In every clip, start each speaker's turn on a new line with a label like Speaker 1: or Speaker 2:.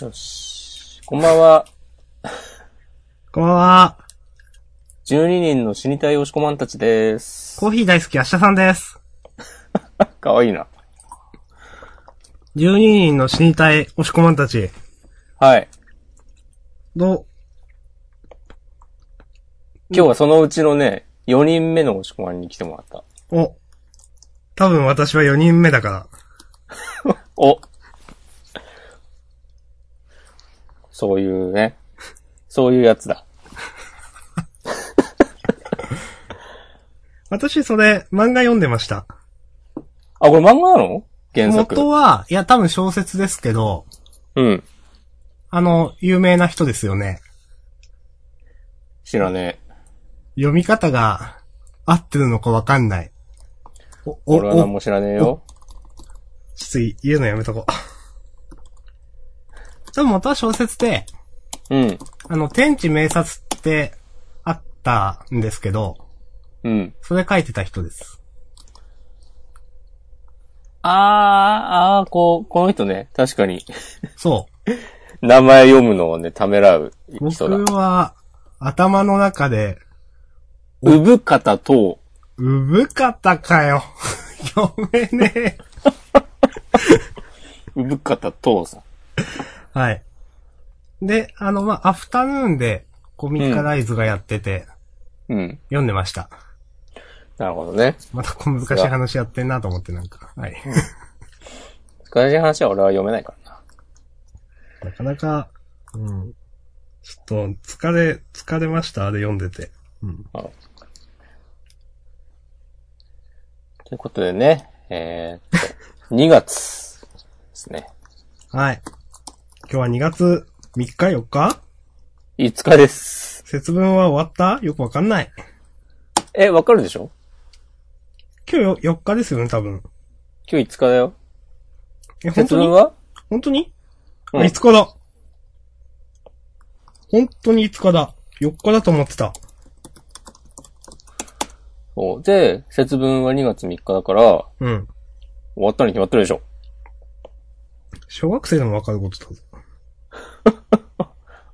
Speaker 1: よし。こんばんは。
Speaker 2: こんばんは。
Speaker 1: 12人の死にたい押し込まんたちです。
Speaker 2: コーヒー大好き、明日さんです。
Speaker 1: かわいいな。
Speaker 2: 12人の死にたい押し込まんたち。
Speaker 1: はい。
Speaker 2: ど
Speaker 1: 今日はそのうちのね、4人目の押し込まんに来てもらった。
Speaker 2: う、お。多分私は4人目だから。
Speaker 1: おそういうね。そういうやつだ。
Speaker 2: 私それ、漫画読んでました。
Speaker 1: あ、これ漫画なの原作。
Speaker 2: 元は、いや多分小説ですけど、
Speaker 1: うん。
Speaker 2: あの、有名な人ですよね。
Speaker 1: 知らね
Speaker 2: 読み方が合ってるのかわかんない。お、
Speaker 1: え。
Speaker 2: お、
Speaker 1: 俺は何
Speaker 2: お、
Speaker 1: も知らねえよ。
Speaker 2: ちょっと言うのやめとこう。多分元は小説で、
Speaker 1: うん。
Speaker 2: あの、天地明察ってあったんですけど、
Speaker 1: うん。
Speaker 2: それ書いてた人です。
Speaker 1: あー、あー、こう、この人ね、確かに。
Speaker 2: そう。
Speaker 1: 名前読むのをね、ためらう人
Speaker 2: 僕
Speaker 1: だ。
Speaker 2: は、頭の中で、
Speaker 1: 産方と、
Speaker 2: うぶかたかよ。 読めねえ。
Speaker 1: 産方とさん。
Speaker 2: はい。で、あの、まあ、アフタヌーンで、コミカライズがやってて、
Speaker 1: うん。
Speaker 2: 読んでました。
Speaker 1: なるほどね。
Speaker 2: また小難しい話やってんなと思ってなんか。はい。
Speaker 1: 難しい話は俺は読めないからな。
Speaker 2: なかなか、うん。ちょっと、疲れ、疲れました、あれ読んでて。うん。
Speaker 1: ということでね、えー、っと、2月 ですね。
Speaker 2: はい。今日は2月3日4日
Speaker 1: 5日です。
Speaker 2: 節分は終わったよくわかんない。
Speaker 1: え、わかるでしょ
Speaker 2: 今日よ4日ですよね、多分。
Speaker 1: 今日5日だよ。
Speaker 2: え、本
Speaker 1: 節
Speaker 2: 当に
Speaker 1: 分は
Speaker 2: 本当に、
Speaker 1: うん
Speaker 2: あ5日だ。本当に5日だ。4日だと思ってた。
Speaker 1: そう。で、節分は2月3日だから、終
Speaker 2: うん。
Speaker 1: わったに決まってるでしょ。
Speaker 2: 小学生でもわかることだぞ。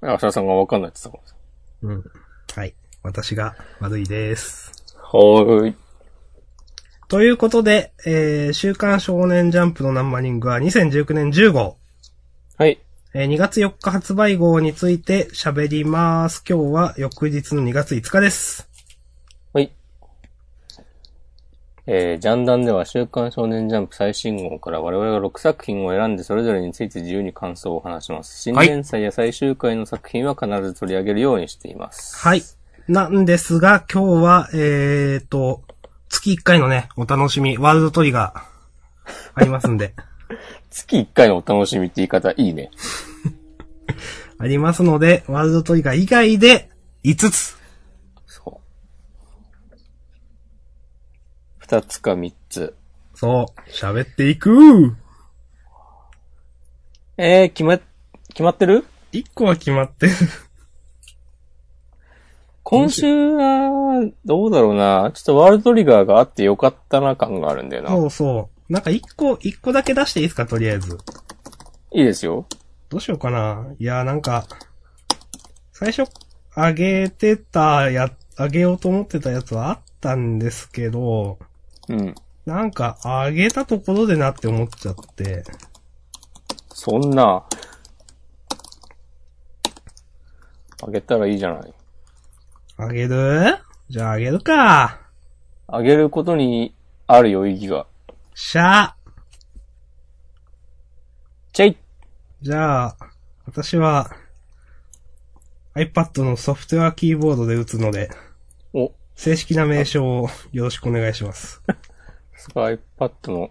Speaker 1: 明日さんがわかんないって言ってたか
Speaker 2: うん。はい。私が悪いです。
Speaker 1: らさ。はーい。
Speaker 2: ということで、えー、週刊少年ジャンプのナンバリングは2019年10号、
Speaker 1: はい。
Speaker 2: えー2月4日発売号について喋ります。今日は翌日の2月5日です。
Speaker 1: はい。えー、ジャンダンでは週刊少年ジャンプ最新号から我々が6作品を選んでそれぞれについて自由に感想を話します。新
Speaker 2: はい
Speaker 1: 連載や最終回の作品は必ず取り上げるようにしています。
Speaker 2: はい。なんですが、今日は、えーと、月1回のね、お楽しみ、ワールドトリガー、ありますんで。
Speaker 1: 月1回のお楽しみって言い方いいね。
Speaker 2: ありますので、ワールドトリガー以外で5つ。
Speaker 1: そう。2つか3つ。
Speaker 2: そう、喋っていく。
Speaker 1: えー、決ま、決まってる
Speaker 2: 1個は決まってる。
Speaker 1: 今週は、どうだろうな。ちょっとワールドトリガーがあってよかったな感があるんだよな。
Speaker 2: そうそう。なんか1個、一個だけ出していいですか、とりあえず。
Speaker 1: いいですよ。
Speaker 2: どうしようかな。いやーなんか、最初、あげてたや、あげようと思ってたやつはあったんですけど、
Speaker 1: うん。
Speaker 2: なんか、あげたところでなって思っちゃって。
Speaker 1: そんな。あげたらいいじゃない。
Speaker 2: あげるじゃああげるか。
Speaker 1: あげることにあるよ、意義が。
Speaker 2: しゃ。
Speaker 1: チェイ
Speaker 2: じゃあ、私は、iPad のソフトウェアキーボードで打つので、
Speaker 1: お、
Speaker 2: 正式な名称をよろしくお願いします。
Speaker 1: スカイパッドの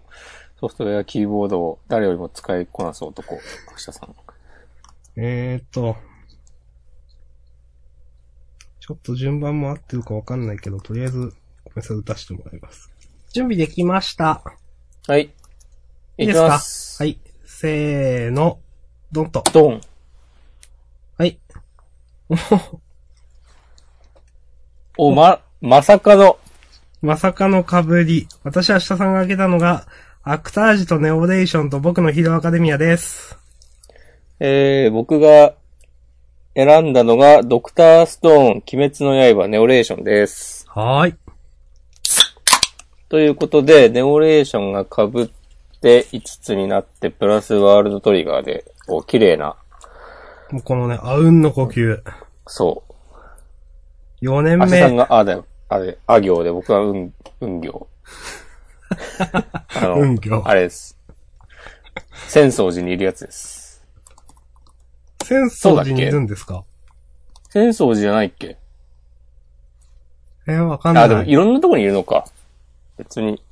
Speaker 1: ソフトウェアキーボードを誰よりも使いこなす男、明日さん。
Speaker 2: えーっと、ちょっと順番も合ってるかわかんないけど、とりあえず、ごめんなさい、打たせてもらいます。準備できました。
Speaker 1: はい。
Speaker 2: いい
Speaker 1: い
Speaker 2: で
Speaker 1: き
Speaker 2: すか
Speaker 1: ます。
Speaker 2: はい。せーの、ドンと。
Speaker 1: ドン。
Speaker 2: はい。
Speaker 1: お、ま、まさかの。
Speaker 2: まさかの被り。私は下さんが挙げたのが、アクタージュとネオレーションと僕のヒーローアカデミアです。
Speaker 1: えー、僕が選んだのが、ドクターストーン、鬼滅の刃、ネオレーションです。
Speaker 2: はーい。
Speaker 1: ということで、ネオレーションが被って5つになって、プラスワールドトリガーで、こう、綺麗な、
Speaker 2: もうこのね、あうんの呼吸。
Speaker 1: そう、
Speaker 2: 4年
Speaker 1: アシさん
Speaker 2: 目。
Speaker 1: があだよ。あれ、あ行で、僕はうん、うん行。 あの
Speaker 2: うん行
Speaker 1: あれです。浅草寺にいるやつです。
Speaker 2: 浅草寺にいるんですか
Speaker 1: 浅草寺じゃないっけ
Speaker 2: えー、わかんな
Speaker 1: あ、でもい
Speaker 2: い。
Speaker 1: ろんなとこにいるのか。別に。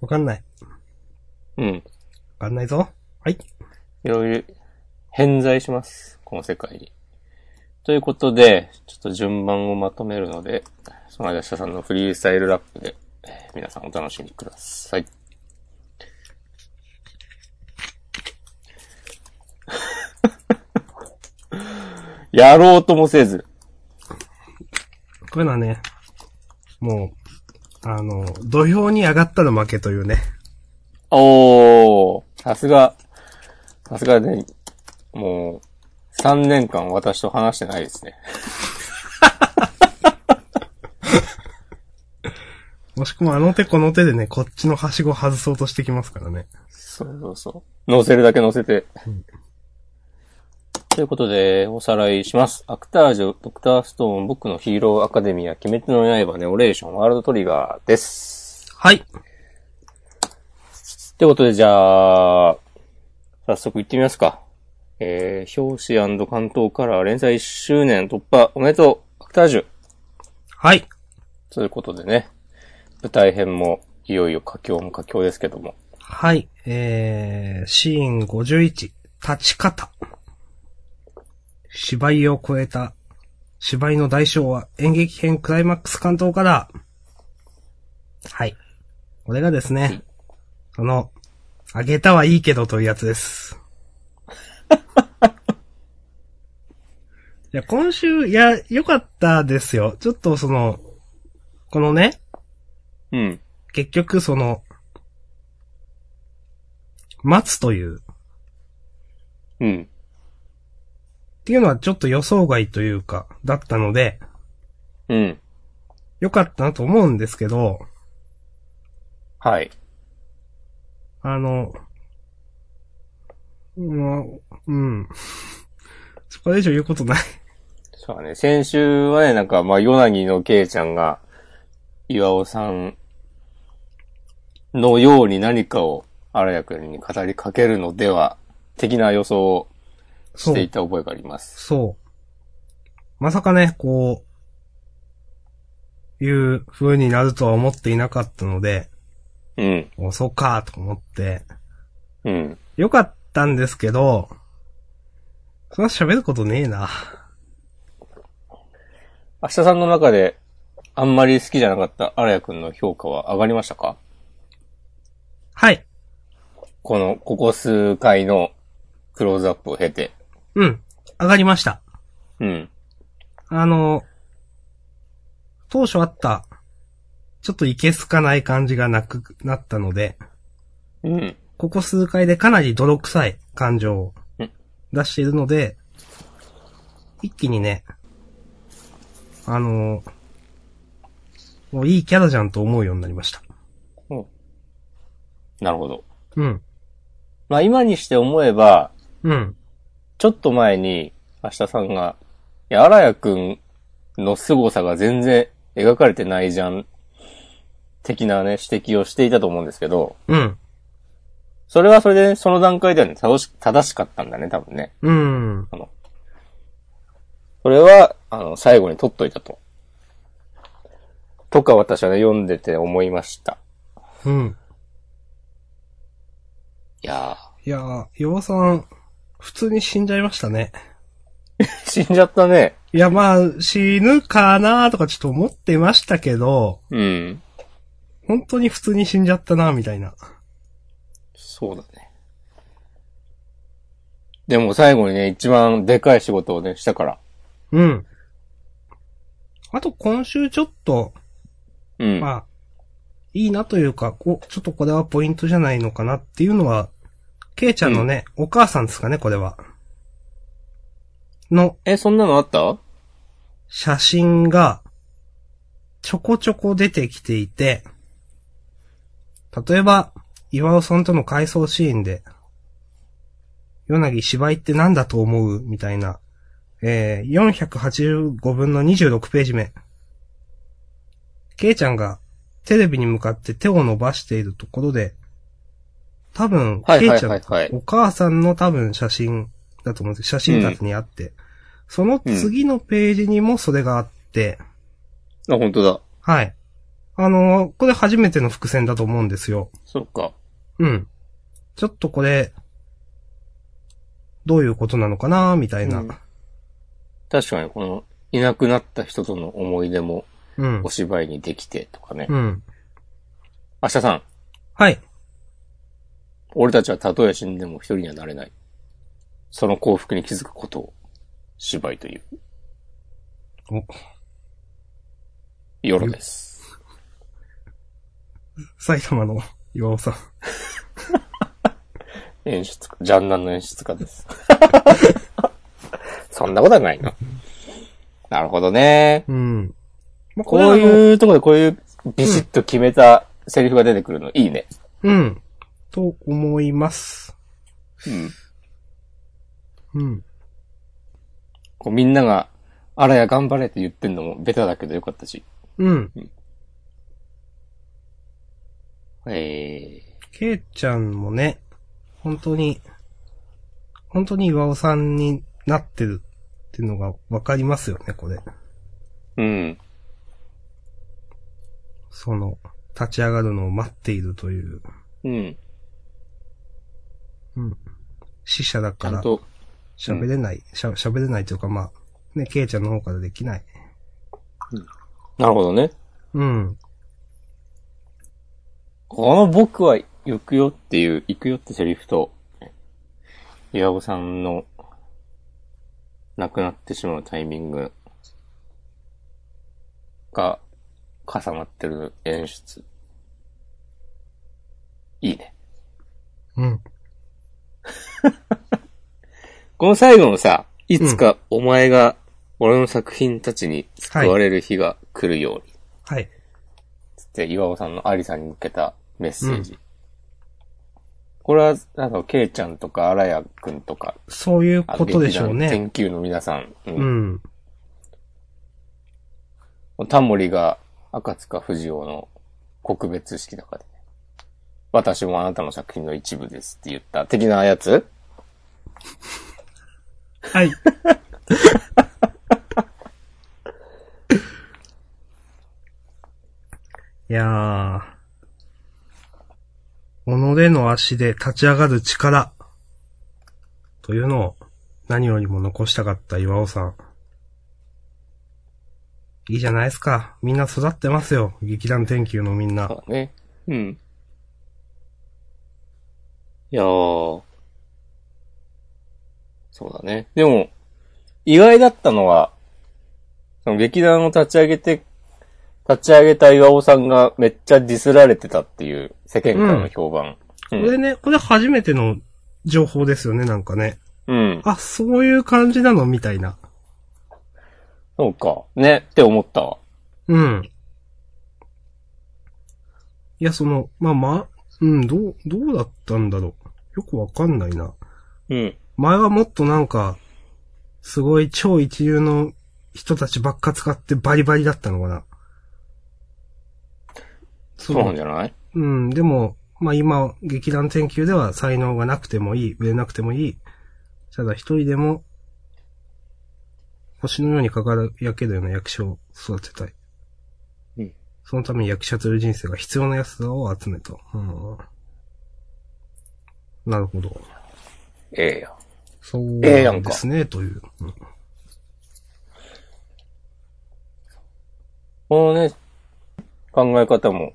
Speaker 2: わかんない。
Speaker 1: うん。
Speaker 2: わかんないぞ。はい。
Speaker 1: いろいろ偏在します。この世界に。ということで、ちょっと順番をまとめるので、その間下さんのフリースタイルラップで、えー皆さんお楽しみください。 やろうともせず。
Speaker 2: こういうのはね、もう、あの、土俵に上がったら負けというね。
Speaker 1: おー、さすが、さすがで、もう、3年間私と話してないですね。
Speaker 2: もしくもあの手この手でね、こっちのはしご外そうとしてきますからね。
Speaker 1: そうそうそう。乗せるだけ乗せて。ということで、おさらいします。アクタージュ、ドクターストーン、僕のヒーローアカデミア、鬼滅の刃、ネオレーション、ワールドトリガーです。
Speaker 2: はい。
Speaker 1: ということで、じゃあ、早速行ってみますか。えー、表紙関東カラー連載1周年突破、おめでとう、アクタージュ。
Speaker 2: はい。
Speaker 1: ということでね、舞台編も、いよいよ佳境も佳境ですけども。
Speaker 2: はい。えー、シーン51、立ち方。芝居を超えた。芝居の代償は演劇編クライマックス関東から。はい。これがですね、その、あげたはいいけどというやつです。 いや、今週、いや、良かったですよ。ちょっとその、このね、
Speaker 1: うん。
Speaker 2: 結局その、待つという、っ
Speaker 1: うん。
Speaker 2: ていうのはちょっと予想外というか、だったので、
Speaker 1: うん。
Speaker 2: 良かったなと思うんですけど、
Speaker 1: はい。
Speaker 2: あの、うん、うん。これ以上言うことない。
Speaker 1: そうだね。先週はね、なんか、まあ、ヨナギのケイちゃんが、岩尾さんのように何かを荒谷くんに語りかけるのでは、的な予想をし
Speaker 2: そ、
Speaker 1: ていうた覚えがあります。
Speaker 2: そう。まさかね、こう、いう風になるとは思っていなかったので、
Speaker 1: うん。
Speaker 2: おそうかと思って、
Speaker 1: うん。
Speaker 2: よかったんですけど、そんな喋ることねえな。
Speaker 1: 明日さんの中で、あんまり好きじゃなかった荒谷くんの評価は上がりましたか
Speaker 2: はい。
Speaker 1: この、ここ数回のクローズアップを経て。
Speaker 2: うん。上がりました。
Speaker 1: うん。
Speaker 2: あの、当初あった、ちょっといけすかない感じがなくなったので、
Speaker 1: うん。
Speaker 2: ここ数回でかなり泥臭い感情を
Speaker 1: うん
Speaker 2: 出しているので、一気にね、あの、もういいキャラじゃんと思うようになりました。
Speaker 1: なるほど。
Speaker 2: うん。
Speaker 1: まあ、今にして思えば、
Speaker 2: うん。
Speaker 1: ちょっと前に、明日さんが、いや、荒谷くんの凄さが全然描かれてないじゃん、的なね、指摘をしていたと思うんですけど、
Speaker 2: うん。
Speaker 1: それはそれで、その段階ではね、正し、正しかったんだね、多分ね。
Speaker 2: うん。
Speaker 1: それは、あの、最後に取っといたと。とか私はね、読んでて思いました。
Speaker 2: うん。
Speaker 1: いや
Speaker 2: いやー、岩尾さん、普通に死んじゃいましたね。
Speaker 1: ー、死んじゃったね。
Speaker 2: いや、まあ、死ぬかなーとかちょっと思ってましたけど、
Speaker 1: うん。
Speaker 2: 本当に普通に死んじゃったなーみたいな。
Speaker 1: そうだね。でも最後にね、一番でかい仕事をね、したから。
Speaker 2: うん。あと今週ちょっと、
Speaker 1: うん。
Speaker 2: まあ、いいなというか、こうちょっとこれはポイントじゃないのかなっていうのは、ケイちゃんのね、お母さんですかね、これは。の
Speaker 1: え、そんなのあった
Speaker 2: 写真が、ちょこちょこ出てきていて、例えば、岩尾さんとの回想シーンで、ヨナギ芝居って何だと思うみたいな、えー、485分の26ページ目。ケイちゃんがテレビに向かって手を伸ばしているところで、多分、
Speaker 1: はい
Speaker 2: ケイ
Speaker 1: はい
Speaker 2: ちゃん
Speaker 1: はいはい
Speaker 2: お母さんの多分写真だと思うんですけど、写真立てにあって、その次のページにもそれがあって、
Speaker 1: あ、本当だ。
Speaker 2: はい。あのーこれ初めての伏線だと思うんですよ。
Speaker 1: そっか。
Speaker 2: うん。ちょっとこれ、どういうことなのかなみたいな。
Speaker 1: うん確かに、この、いなくなった人との思い出も
Speaker 2: うん
Speaker 1: お。芝居にできてとかね。
Speaker 2: うん。
Speaker 1: 明日さん、
Speaker 2: はい。
Speaker 1: 俺たちはたとえ死んでも一人にはなれない。その幸福に気づくことを、芝居という。
Speaker 2: お
Speaker 1: 夜です。
Speaker 2: 埼玉の岩尾さん。
Speaker 1: 演出家、ジャンナンの演出家 です。そんなことはないな。なるほどね。
Speaker 2: うん。まあ、
Speaker 1: こ
Speaker 2: れ
Speaker 1: う
Speaker 2: う。
Speaker 1: いうところでこういうビシッと決めたセリフが出てくるのいいね。
Speaker 2: うん。と思います。
Speaker 1: うん。
Speaker 2: うん。
Speaker 1: こうみんなが、あらや頑張れって言ってんのもベタだけどよかったし。
Speaker 2: うん。
Speaker 1: え
Speaker 2: ケイちゃんもね、本当に、本当に岩尾さんになってるっていうのがわかりますよね、これ。
Speaker 1: えうん。
Speaker 2: その、立ち上がるのを待っているという、
Speaker 1: うん。
Speaker 2: 死者だ
Speaker 1: ち
Speaker 2: か
Speaker 1: ゃん
Speaker 2: ら、
Speaker 1: と、
Speaker 2: 喋れない、しゃ喋れないというか、まあ、ね、ケイちゃんの方からできない。
Speaker 1: なるほどね。
Speaker 2: うん。
Speaker 1: この僕は行くよっていう、行くよってセリフと、岩子さんの亡くなってしまうタイミングが重なってる演出。いいね。
Speaker 2: うん。
Speaker 1: この最後のさ、いつかお前が俺の作品たちに救われる日が来るように。
Speaker 2: はい。
Speaker 1: つって、岩尾さんのアリさんに向けたメッセージ。これは、なんか、ケイちゃんとか、荒谷くんとか、
Speaker 2: そういう
Speaker 1: あ
Speaker 2: ことでしょう
Speaker 1: 劇
Speaker 2: ね。
Speaker 1: 団研究の皆さん。
Speaker 2: う。
Speaker 1: うんん、タモリが、赤塚不二夫の告別式とかで、私もあなたの作品の一部ですって言った的なやつ
Speaker 2: はい。 いやー。己の足で立ち上がる力。というのを何よりも残したかった岩尾さん。いいじゃないですか。みんな育ってますよ。劇団天球のみんな
Speaker 1: そ。うだね。うん。いやー。そうだね。でも、意外だったのは、その劇団を立ち上げて、立ち上げた岩尾さんがめっちゃディスられてたっていう世間からの評判。う
Speaker 2: こ
Speaker 1: ん。
Speaker 2: れね、これ初めての情報ですよね、なんかね。
Speaker 1: うん。
Speaker 2: あ、そういう感じなのみたいな。
Speaker 1: そうか。ね、って思ったわ。
Speaker 2: うん。いや、その、まあまあ、うん、どう、どうだったんだろう。よくわかんないな。
Speaker 1: うん。
Speaker 2: 前はもっとなんか、すごい超一流の人たちばっか使ってバリバリだったのかな。
Speaker 1: そうなんじゃない
Speaker 2: うん、でも、まあ今、劇団研究では才能がなくてもいい、売れなくてもいい。ただ一人でも、星のように輝けるような役者を育てたい。
Speaker 1: うん
Speaker 2: そのために役者という人生が必要な奴らを集めた。うん。なるほど。
Speaker 1: ええよ。
Speaker 2: そう
Speaker 1: ええや
Speaker 2: なん
Speaker 1: んか
Speaker 2: ですね、という。うん
Speaker 1: このね、考え方も、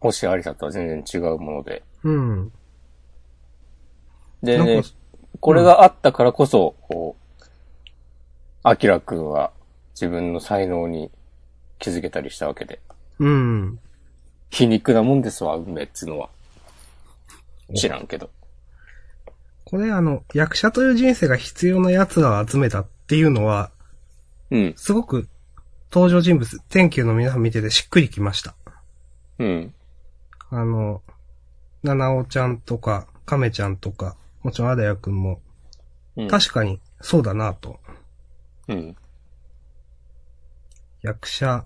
Speaker 1: 星ありさとは全然違うもので。
Speaker 2: うん。
Speaker 1: で
Speaker 2: な
Speaker 1: ね
Speaker 2: んか、
Speaker 1: これがあったからこそ、こう、アキラくんは自分の才能に気づけたりしたわけで。
Speaker 2: うん。
Speaker 1: 皮肉なもんですわ、運命っつうのは。知らんけど。
Speaker 2: これあの、役者という人生が必要な奴らを集めたっていうのは、
Speaker 1: うん。
Speaker 2: すごく登場人物、天球の皆さん見ててしっくりきました。
Speaker 1: うん。
Speaker 2: あの、七尾ちゃんとか、亀ちゃんとか、もちろんあだやくんも、
Speaker 1: うん。
Speaker 2: 確かにそうだなと。
Speaker 1: うん。
Speaker 2: 役者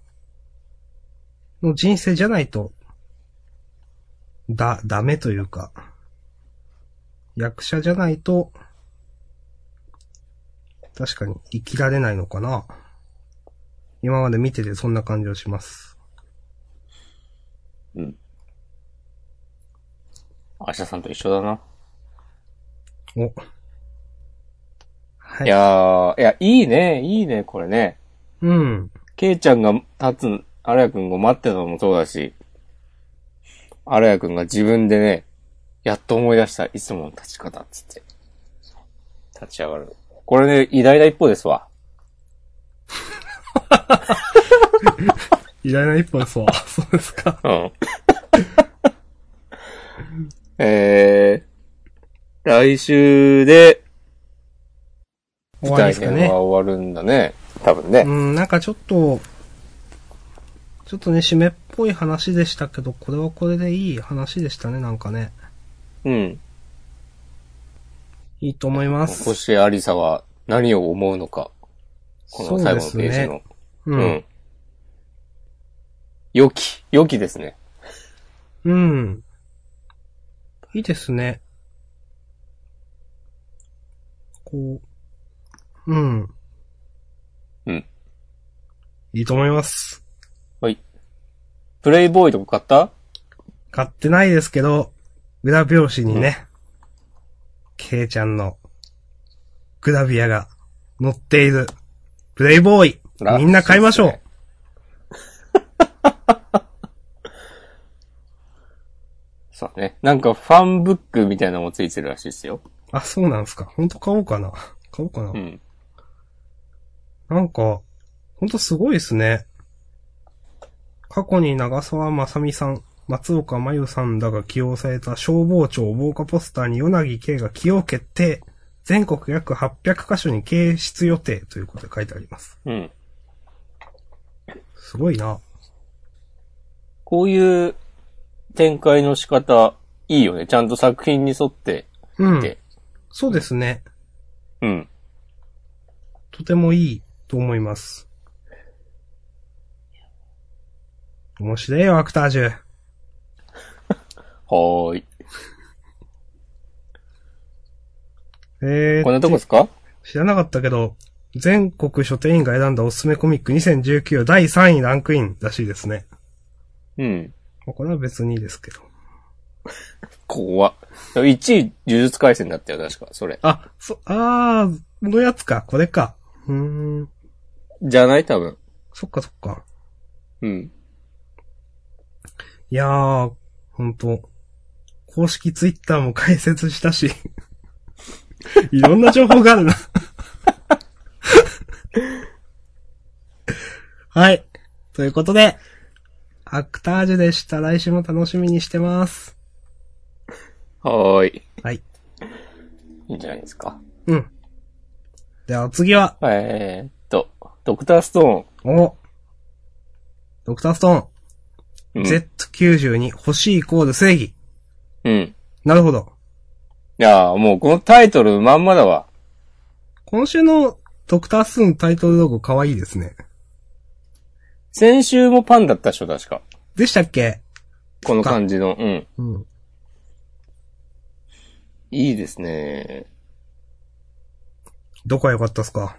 Speaker 2: の人生じゃないと、だ、ダメというか、役者じゃないと、確かに生きられないのかな。今まで見ててそんな感じをします。
Speaker 1: うん。明日さんと一緒だな。
Speaker 2: お。はい
Speaker 1: い、やー、いや、いいね、いいね、これね。
Speaker 2: うん。
Speaker 1: ケイちゃんが立つ、アラヤくんを待ってたのもそうだし、アラヤくんが自分でね、やっと思い出した、いつもの立ち方、つって。立ち上がる。これね、偉大な一歩ですわ。
Speaker 2: 偉大な一歩 ですわ。そうですか。
Speaker 1: うん。えー、来週で、
Speaker 2: 終わりですか
Speaker 1: 編
Speaker 2: ね
Speaker 1: は。終わるんだね。多分ね
Speaker 2: う。ん、なんかちょっと、ちょっとね、締めっぽい話でしたけど、これはこれでいい話でしたね、なんかね。
Speaker 1: うん。
Speaker 2: いいと思います。
Speaker 1: 星ありさは何を思うのか。この最後の
Speaker 2: そう
Speaker 1: ペ
Speaker 2: で
Speaker 1: ージ
Speaker 2: す
Speaker 1: の
Speaker 2: ね。。う。
Speaker 1: うんん。良き、良きですね。
Speaker 2: うん。いいですね。こう。うん。
Speaker 1: うん。
Speaker 2: いいと思います。
Speaker 1: はい。プレイボーイとか買った
Speaker 2: 買ってないですけど、グラ表紙にね、ケイちゃんのグラビアが載っているプレイボーイ。みんな買いましょう。
Speaker 1: そうね。なんかファンブックみたいなのもついてるらしいですよ。
Speaker 2: あ、そうなんですか。ほんと買おうかな。買おうかな。
Speaker 1: うん。
Speaker 2: なんか、ほんとすごいですね。過去に長澤まさみさん、松岡真由さんらが起用された消防庁防火ポスターに柳慶が起用決定。全国約800カ所に掲出予定ということで書いてあります。
Speaker 1: うん。
Speaker 2: すごいな。
Speaker 1: こういう展開の仕方、いいよね。ちゃんと作品に沿って
Speaker 2: うん。
Speaker 1: て。
Speaker 2: そうですね。
Speaker 1: うん。
Speaker 2: とてもいいと思います。面白いよ、アクタージュ。
Speaker 1: はーい。
Speaker 2: えー、
Speaker 1: こんなとこですか
Speaker 2: 知らなかったけど、全国書店員が選んだおすすめコミック2019第3位ランクインらしいですね。
Speaker 1: うん。
Speaker 2: まあこれは別にいいですけど。
Speaker 1: 怖っ。1位、呪術回戦だったよ、確か。それ。
Speaker 2: あ、そ、あー、のやつか、これか。うーん、
Speaker 1: じゃない多分。
Speaker 2: そっかそっか。
Speaker 1: うん。
Speaker 2: いやー、ほんと。公式ツイッターも開設したし。 いろんな情報があるな。 はい。ということで、アクタージュでした。来週も楽しみにしてます。
Speaker 1: はーい。
Speaker 2: はい。
Speaker 1: いいんじゃないですか。
Speaker 2: うん。では次は、
Speaker 1: えーっと、ドクタースト
Speaker 2: おドクタースト
Speaker 1: ーン。う
Speaker 2: ーン、
Speaker 1: ん。
Speaker 2: Z92 欲しいイコール正義。
Speaker 1: うん。
Speaker 2: なるほど。
Speaker 1: いやーもうこのタイトルまんまだわ。
Speaker 2: 今週のドクターストーンタイトルロゴ可愛いですね。
Speaker 1: 先週もパンだったっしょ、確か。
Speaker 2: でしたっけ
Speaker 1: この感じの。うん。
Speaker 2: うん。
Speaker 1: いいですね。
Speaker 2: どこが良かったっすか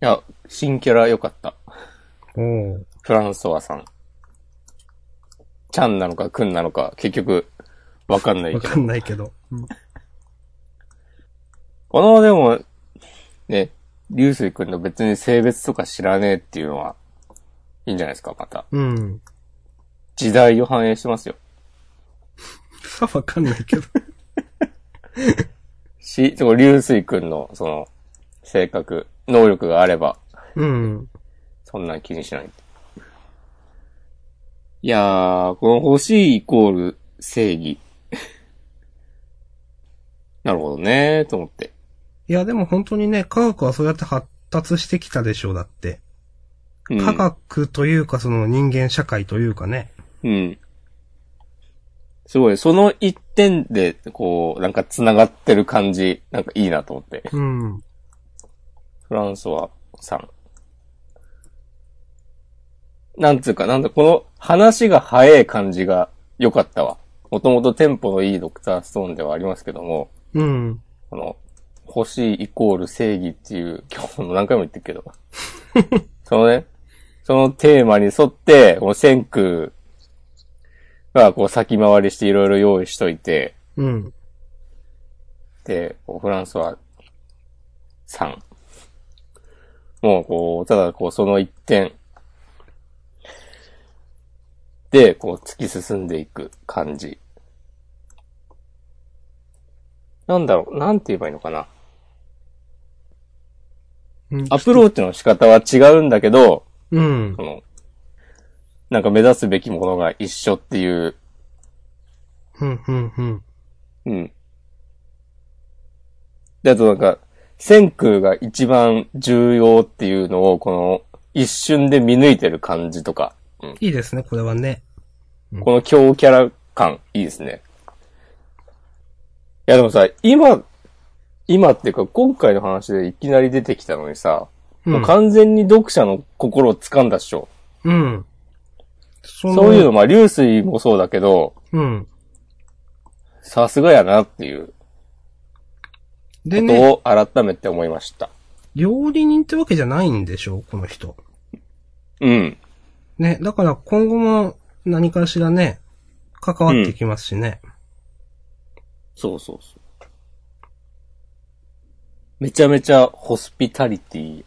Speaker 1: いや、新キャラ良かった。
Speaker 2: おお。
Speaker 1: フランソワさん。ちゃんなのか、くんなのか、結局、わかんない
Speaker 2: わ
Speaker 1: け
Speaker 2: か
Speaker 1: ど。
Speaker 2: んないけど。うん
Speaker 1: この、でも、ね、流水くんの別に性別とか知らねえっていうのは、いいんじゃないですか、また。
Speaker 2: うん。
Speaker 1: 時代を反映してますよ。
Speaker 2: さあわかんない けど。
Speaker 1: し、その流水くんの、その、性格、能力があれば、
Speaker 2: うん。
Speaker 1: そんなん気にしない。いやー、この欲しいイコール正義。 なるほどね、と思って。
Speaker 2: いや、でも本当にね、科学はそうやって発達してきたでしょう、だって。
Speaker 1: うん
Speaker 2: 科学というか、その人間社会というかね。
Speaker 1: うん。すごい、その一点で、こう、なんか繋がってる感じ、なんかいいなと思って。
Speaker 2: うん。
Speaker 1: フランソワさん。なんつうか、なんだ、この話が早い感じが良かったわ。もともとテンポのいいドクターストーンではありますけども、
Speaker 2: うん。
Speaker 1: この、欲しいイコール正義っていう、今日も何回も言ってるけど。そのね、そのテーマに沿って、この先空がこう先回りしていろいろ用意しといて、
Speaker 2: うん。
Speaker 1: で、こうフランスは3。もうこう、ただこうその一点で、こう突き進んでいく感じ。なんだろう、なんて言えばいいのかな。
Speaker 2: うん
Speaker 1: アプローチの仕方は違うんだけど、
Speaker 2: うん
Speaker 1: そ。の、なんか目指すべきものが一緒っていう、
Speaker 2: うん、うん、うん。
Speaker 1: うん。で、あとなんか、先空が一番重要っていうのを、この、一瞬で見抜いてる感じとか、
Speaker 2: いいですね、これはね。
Speaker 1: この強キャラ感、いいですね。いやでもさ、今、今っていうか、今回の話でいきなり出てきたのにさ、
Speaker 2: う。
Speaker 1: もうん完全に読者の心を掴んだっしょ。
Speaker 2: うん。そ
Speaker 1: そういう
Speaker 2: の。
Speaker 1: の、まあ、流水もそうだけど、
Speaker 2: うん。
Speaker 1: さすがやなっていう
Speaker 2: で
Speaker 1: こと
Speaker 2: ね、
Speaker 1: を改めて思いました。
Speaker 2: 料理人ってわけじゃないんでしょ、この人。
Speaker 1: うん。
Speaker 2: ね、だから今後も何かしらね、関わってきますしね。
Speaker 1: そうそうそう。めちゃめちゃホスピタリティ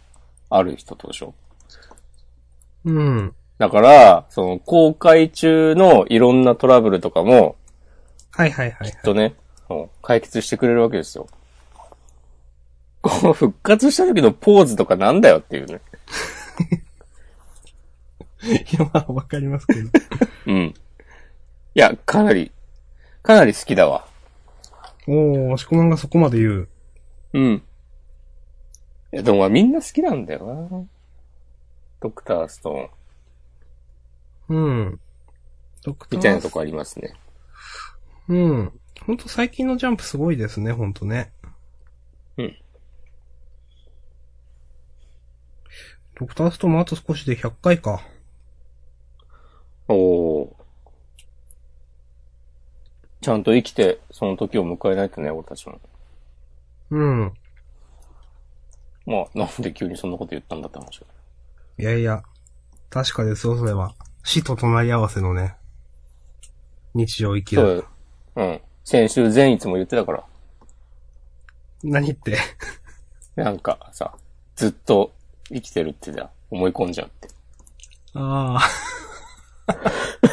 Speaker 1: ある人とでしょ
Speaker 2: うん。
Speaker 1: だから、その公開中のいろんなトラブルとかも、
Speaker 2: はいはいはいはい。
Speaker 1: とね、 うん解決してくれるわけですよ。この復活した時のポーズとかなんだよっていうね。
Speaker 2: いや、まあ、わかりますけど。
Speaker 1: うん。いや、かなり、かなり好きだわ。
Speaker 2: おー、しこまんがそこまで言う。
Speaker 1: うん。いや、でもまあみんな好きなんだよな。ドクターストーン
Speaker 2: うん。ドクター
Speaker 1: みたいなとこありますね。
Speaker 2: うん。ほんと最近のジャンプすごいですね、ほんとね。
Speaker 1: うん。
Speaker 2: ドクターストーンもあと少しで100回か。
Speaker 1: おお。ちゃんと生きて、その時を迎えないとね、俺たちも。
Speaker 2: うん。
Speaker 1: まあ、なんで急にそんなこと言ったんだって話。
Speaker 2: いやいや。確かですよ、それは。死と隣り合わせのね。日常生き
Speaker 1: そ
Speaker 2: る。
Speaker 1: うだよ。うん。先週前日も言ってたから。
Speaker 2: 何って。
Speaker 1: なんかさ、ずっと生きてるってだ、思い込んじゃって。
Speaker 2: ああ。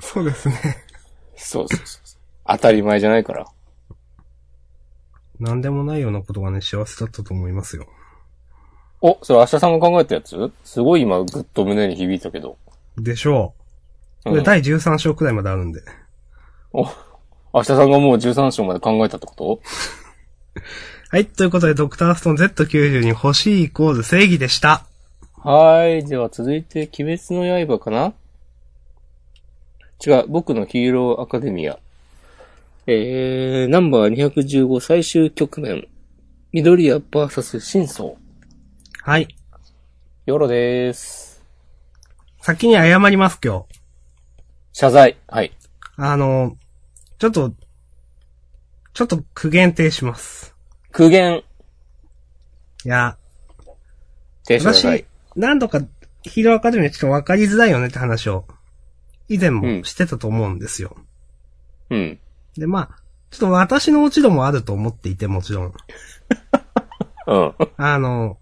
Speaker 2: そうですね。
Speaker 1: そうそうそうそう。当たり前じゃないから。
Speaker 2: 何でもないようなことがね、幸せだったと思いますよ。
Speaker 1: お、それ明日さんが考えたやつすごい今ぐっと胸に響いたけど。
Speaker 2: でしょ
Speaker 1: う
Speaker 2: う。これ
Speaker 1: ん、
Speaker 2: 第13章くらいまであるんで。
Speaker 1: お、明日さんがもう13章まで考えたってこと
Speaker 2: はい、ということで、ドクターストーン Z92 欲しいイコール正義でした。
Speaker 1: はーい。では続いて、鬼滅の刃かな違う、僕のヒーローアカデミア。えー、ナンバー215最終局面。緑谷 VS 真相。
Speaker 2: はい。
Speaker 1: ヨロでーす。
Speaker 2: 先に謝ります、今日。
Speaker 1: 謝罪。はい。
Speaker 2: あの、ちょっと、ちょっと苦言停します。
Speaker 1: 苦言。
Speaker 2: いや、
Speaker 1: 停止ください
Speaker 2: 私。、何度かヒーローアカデミーでちょっと分かりづらいよねって話を、以前
Speaker 1: うん
Speaker 2: もしてたと思うんですよ。
Speaker 1: うん。
Speaker 2: で、まあ、ちょっと私の落ち度もあると思っていて、もちろん。
Speaker 1: うん。
Speaker 2: あの、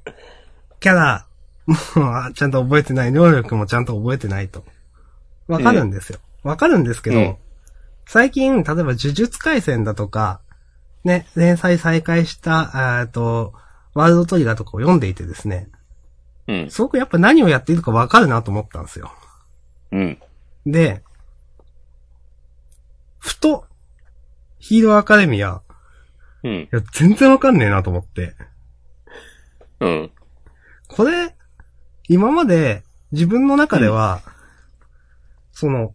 Speaker 2: キャラ、 もうあちゃんと覚えてない、能力もちゃんと覚えてないと。わかるんですよ。わかるんですけど、
Speaker 1: うん
Speaker 2: 最近、例えば呪術回戦だとか、ね、連載再開した、えっと、ワールドトリガーとかを読んでいてですね、
Speaker 1: うん。
Speaker 2: すごくやっぱ何をやっているかわかるなと思ったんですよ。
Speaker 1: うん。
Speaker 2: で、ふと、ヒーローアカデミア、
Speaker 1: うん。
Speaker 2: いや、全然わかんねえなと思って。
Speaker 1: うん。
Speaker 2: これ、今まで自分の中では、その、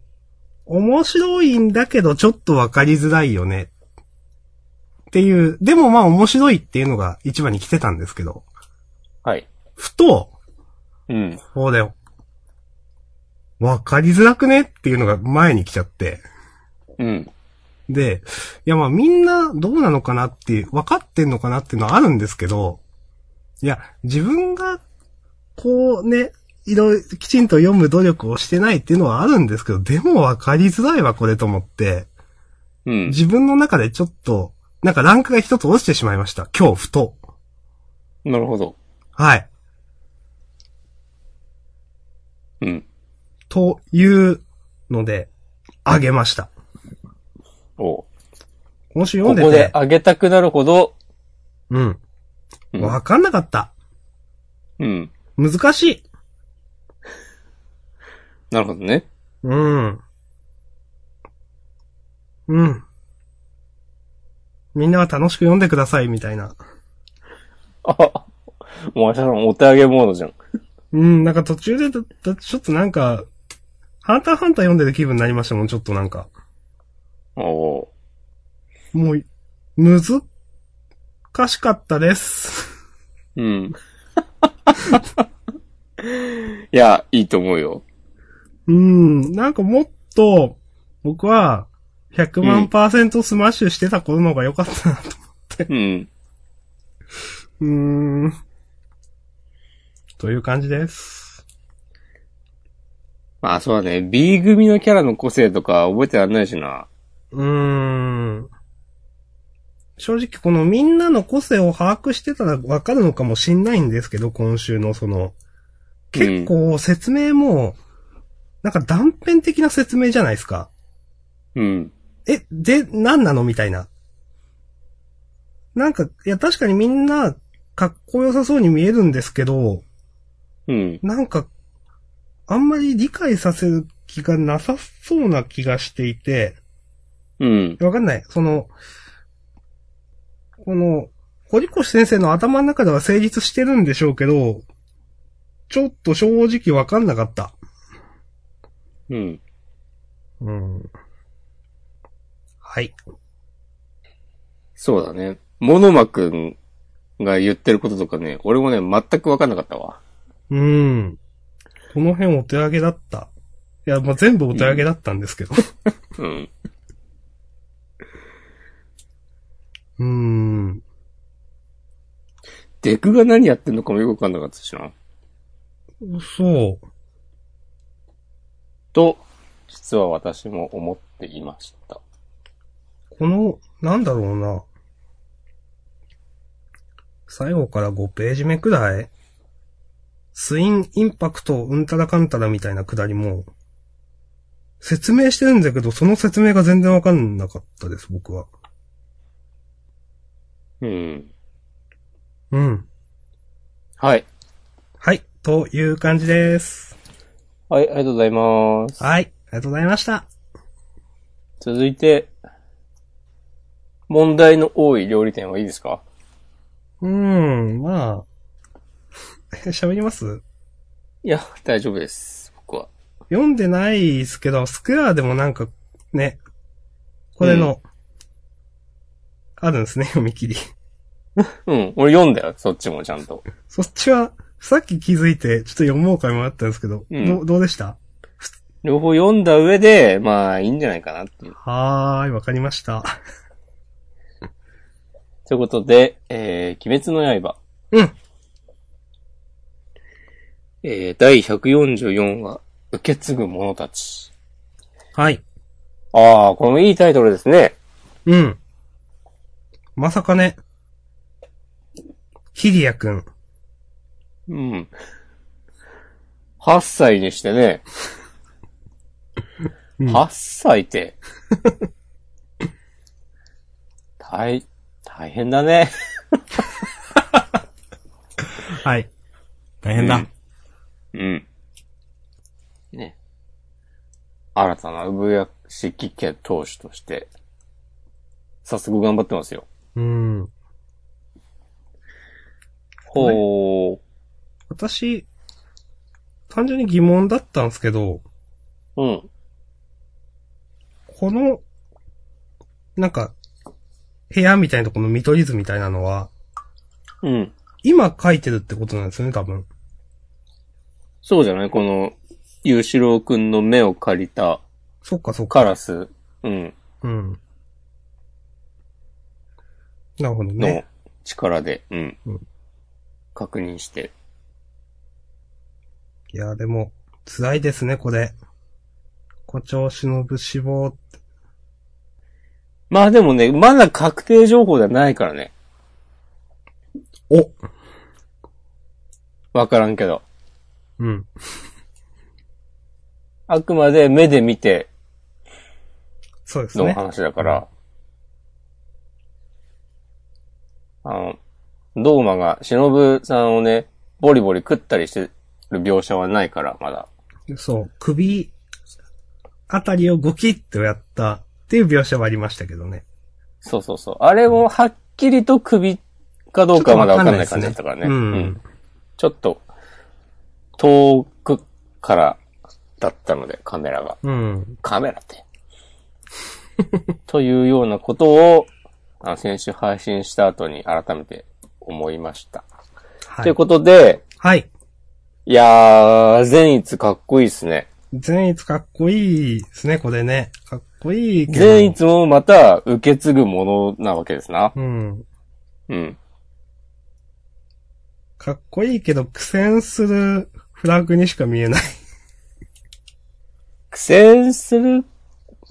Speaker 2: 面白いんだけどちょっとわかりづらいよね。っていう、でもまあ面白いっていうのが一番に来てたんですけど、
Speaker 1: はい。
Speaker 2: ふと、
Speaker 1: うん。
Speaker 2: こうだよ。わかりづらくねっていうのが前に来ちゃって。
Speaker 1: うん。
Speaker 2: で、いやまあみんなどうなのかなって、分かってんのかなっていうのはあるんですけど、いや、自分が、こうね、いろいろきちんと読む努力をしてないっていうのはあるんですけど、でも分かりづらいわ、これと思って、
Speaker 1: うん。
Speaker 2: 自分の中でちょっと、なんかランクが一つ落ちてしまいました。今日、ふと。
Speaker 1: なるほど。
Speaker 2: はい。
Speaker 1: うん。
Speaker 2: というので、あげました。
Speaker 1: おう
Speaker 2: 今週読
Speaker 1: こ
Speaker 2: んで
Speaker 1: こで
Speaker 2: て、
Speaker 1: 上げたくなるほど、
Speaker 2: うん。
Speaker 1: うん
Speaker 2: 分かんなかった。
Speaker 1: うん。
Speaker 2: 難しい。
Speaker 1: なるほどね。
Speaker 2: うん。うん。みんなは楽しく読んでください、みたいな。
Speaker 1: あもう明日の お手上げモードじゃん。
Speaker 2: うん、なんか途中でだ、だちょっとなんか、ハンターハンター読んでる気分になりましたもん、ちょっとなんか。
Speaker 1: おう
Speaker 2: もう、難しかったです。
Speaker 1: うん。 いや、いいと思うよ。
Speaker 2: うん、なんかもっと、僕は、100万パーセントスマッシュしてた頃の方が良かったなと。
Speaker 1: うん。
Speaker 2: うん。という感じです。
Speaker 1: まあそうだね。B 組のキャラの個性とか覚えてらんないしな。
Speaker 2: うーん。正直このみんなの個性を把握してたらわかるのかもしんないんですけど、今週のその、結構説明も、なんか断片的な説明じゃないですか。
Speaker 1: うん。
Speaker 2: え、で、何なのみたいな。なんか、いや確かにみんな、かっこよさそうに見えるんですけど、
Speaker 1: うん。
Speaker 2: なんか、あんまり理解させる気がなさそうな気がしていて、
Speaker 1: うん。
Speaker 2: わかんない。その、この、堀越先生の頭の中では成立してるんでしょうけど、ちょっと正直わかんなかった。
Speaker 1: うん。
Speaker 2: うん。はい。
Speaker 1: そうだね。モノマくんが言ってることとかね、俺もね、全くわかんなかったわ。
Speaker 2: うん。この辺お手上げだった。いや、まあ、全部お手上げだったんですけど。
Speaker 1: うん。
Speaker 2: うん。
Speaker 1: デクが何やってんのかもよくわかんなかったしな。
Speaker 2: そ
Speaker 1: と、実は私も思っていました。
Speaker 2: う。この、なんだろうな。最後から5ページ目くらいスイン、インパクト、うんたらかんたらみたいなくだりも、説明してるんだけど、その説明が全然わかんなかったです、僕は。
Speaker 1: うん。
Speaker 2: うん。
Speaker 1: はい。
Speaker 2: はい、という感じです。
Speaker 1: はい、ありがとうございます。
Speaker 2: はい、ありがとうございました。
Speaker 1: 続いて、問題の多い料理店はいいですか
Speaker 2: うーん、まあ、 喋ります
Speaker 1: いや、大丈夫です。僕は。
Speaker 2: 読んでないですけど、スクエアでもなんか、ね、これの、あるんですね、 読み切り。
Speaker 1: うん、俺読んだよ、そっちもちゃんと。
Speaker 2: そっちは、さっき気づいて、ちょっと読もうか迷ったんですけど、
Speaker 1: うん
Speaker 2: どうどうでした
Speaker 1: 両方読んだ上で、まあ、いいんじゃないかなっていう。
Speaker 2: はーい、わかりました。
Speaker 1: ということで、えー、鬼滅の刃。
Speaker 2: うん。
Speaker 1: えー、第144話、受け継ぐ者たち。
Speaker 2: はい。
Speaker 1: ああ、これもいいタイトルですね。
Speaker 2: うん。まさかね、ヒリヤくん。
Speaker 1: うん。8歳にしてね。
Speaker 2: うん
Speaker 1: 8歳って。大、大変だね。
Speaker 2: はい。大
Speaker 1: うん。うん。ね。新たな産薬式系投手として、早速頑張ってますよ。
Speaker 2: うん。
Speaker 1: ほう。
Speaker 2: 私、単純に疑問だったんですけど、
Speaker 1: うん。
Speaker 2: この、なんか、部屋みたいなとこの見取り図みたいなのは、
Speaker 1: うん。
Speaker 2: 今書いてるってことなんですよね、多分。
Speaker 1: そうじゃないこの、ゆうしろうくんの目を借りた
Speaker 2: そっかそっか。
Speaker 1: カラス、うん、
Speaker 2: うん。なるほど
Speaker 1: の
Speaker 2: ね。
Speaker 1: 力で、うん
Speaker 2: うん。
Speaker 1: 確認して。
Speaker 2: いや、でも、辛いですね、これ。誇張忍ぶ死亡って。
Speaker 1: まあでもね、まだ確定情報ではないからね。
Speaker 2: お
Speaker 1: わからんけど。
Speaker 2: うん。
Speaker 1: あくまで目で見て
Speaker 2: そうです
Speaker 1: の
Speaker 2: ね。
Speaker 1: 話だから。あの、ドーマが忍さんをね、ボリボリ食ったりしてる描写はないから、まだ。
Speaker 2: そう、首あたりをゴキッとやったっていう描写はありましたけどね。
Speaker 1: そうそうそう。あれもはっきりと首かどうかはまだわかんない感じだったからね。
Speaker 2: うん。
Speaker 1: ちょっと、遠くからだったので、カメラが。
Speaker 2: うん。
Speaker 1: カメラって。 というようなことを、あの先週配信した後に改めて思いました。
Speaker 2: は
Speaker 1: とい。
Speaker 2: いう
Speaker 1: ことで、
Speaker 2: はい。
Speaker 1: いやー、善逸かっこいいですね。
Speaker 2: 善逸かっこいいですね、これね。かっこいいけど。
Speaker 1: 善逸もまた受け継ぐものなわけですな。
Speaker 2: うん。
Speaker 1: うん。
Speaker 2: かっこいいけど苦戦するフラッグにしか見えない。
Speaker 1: 苦戦する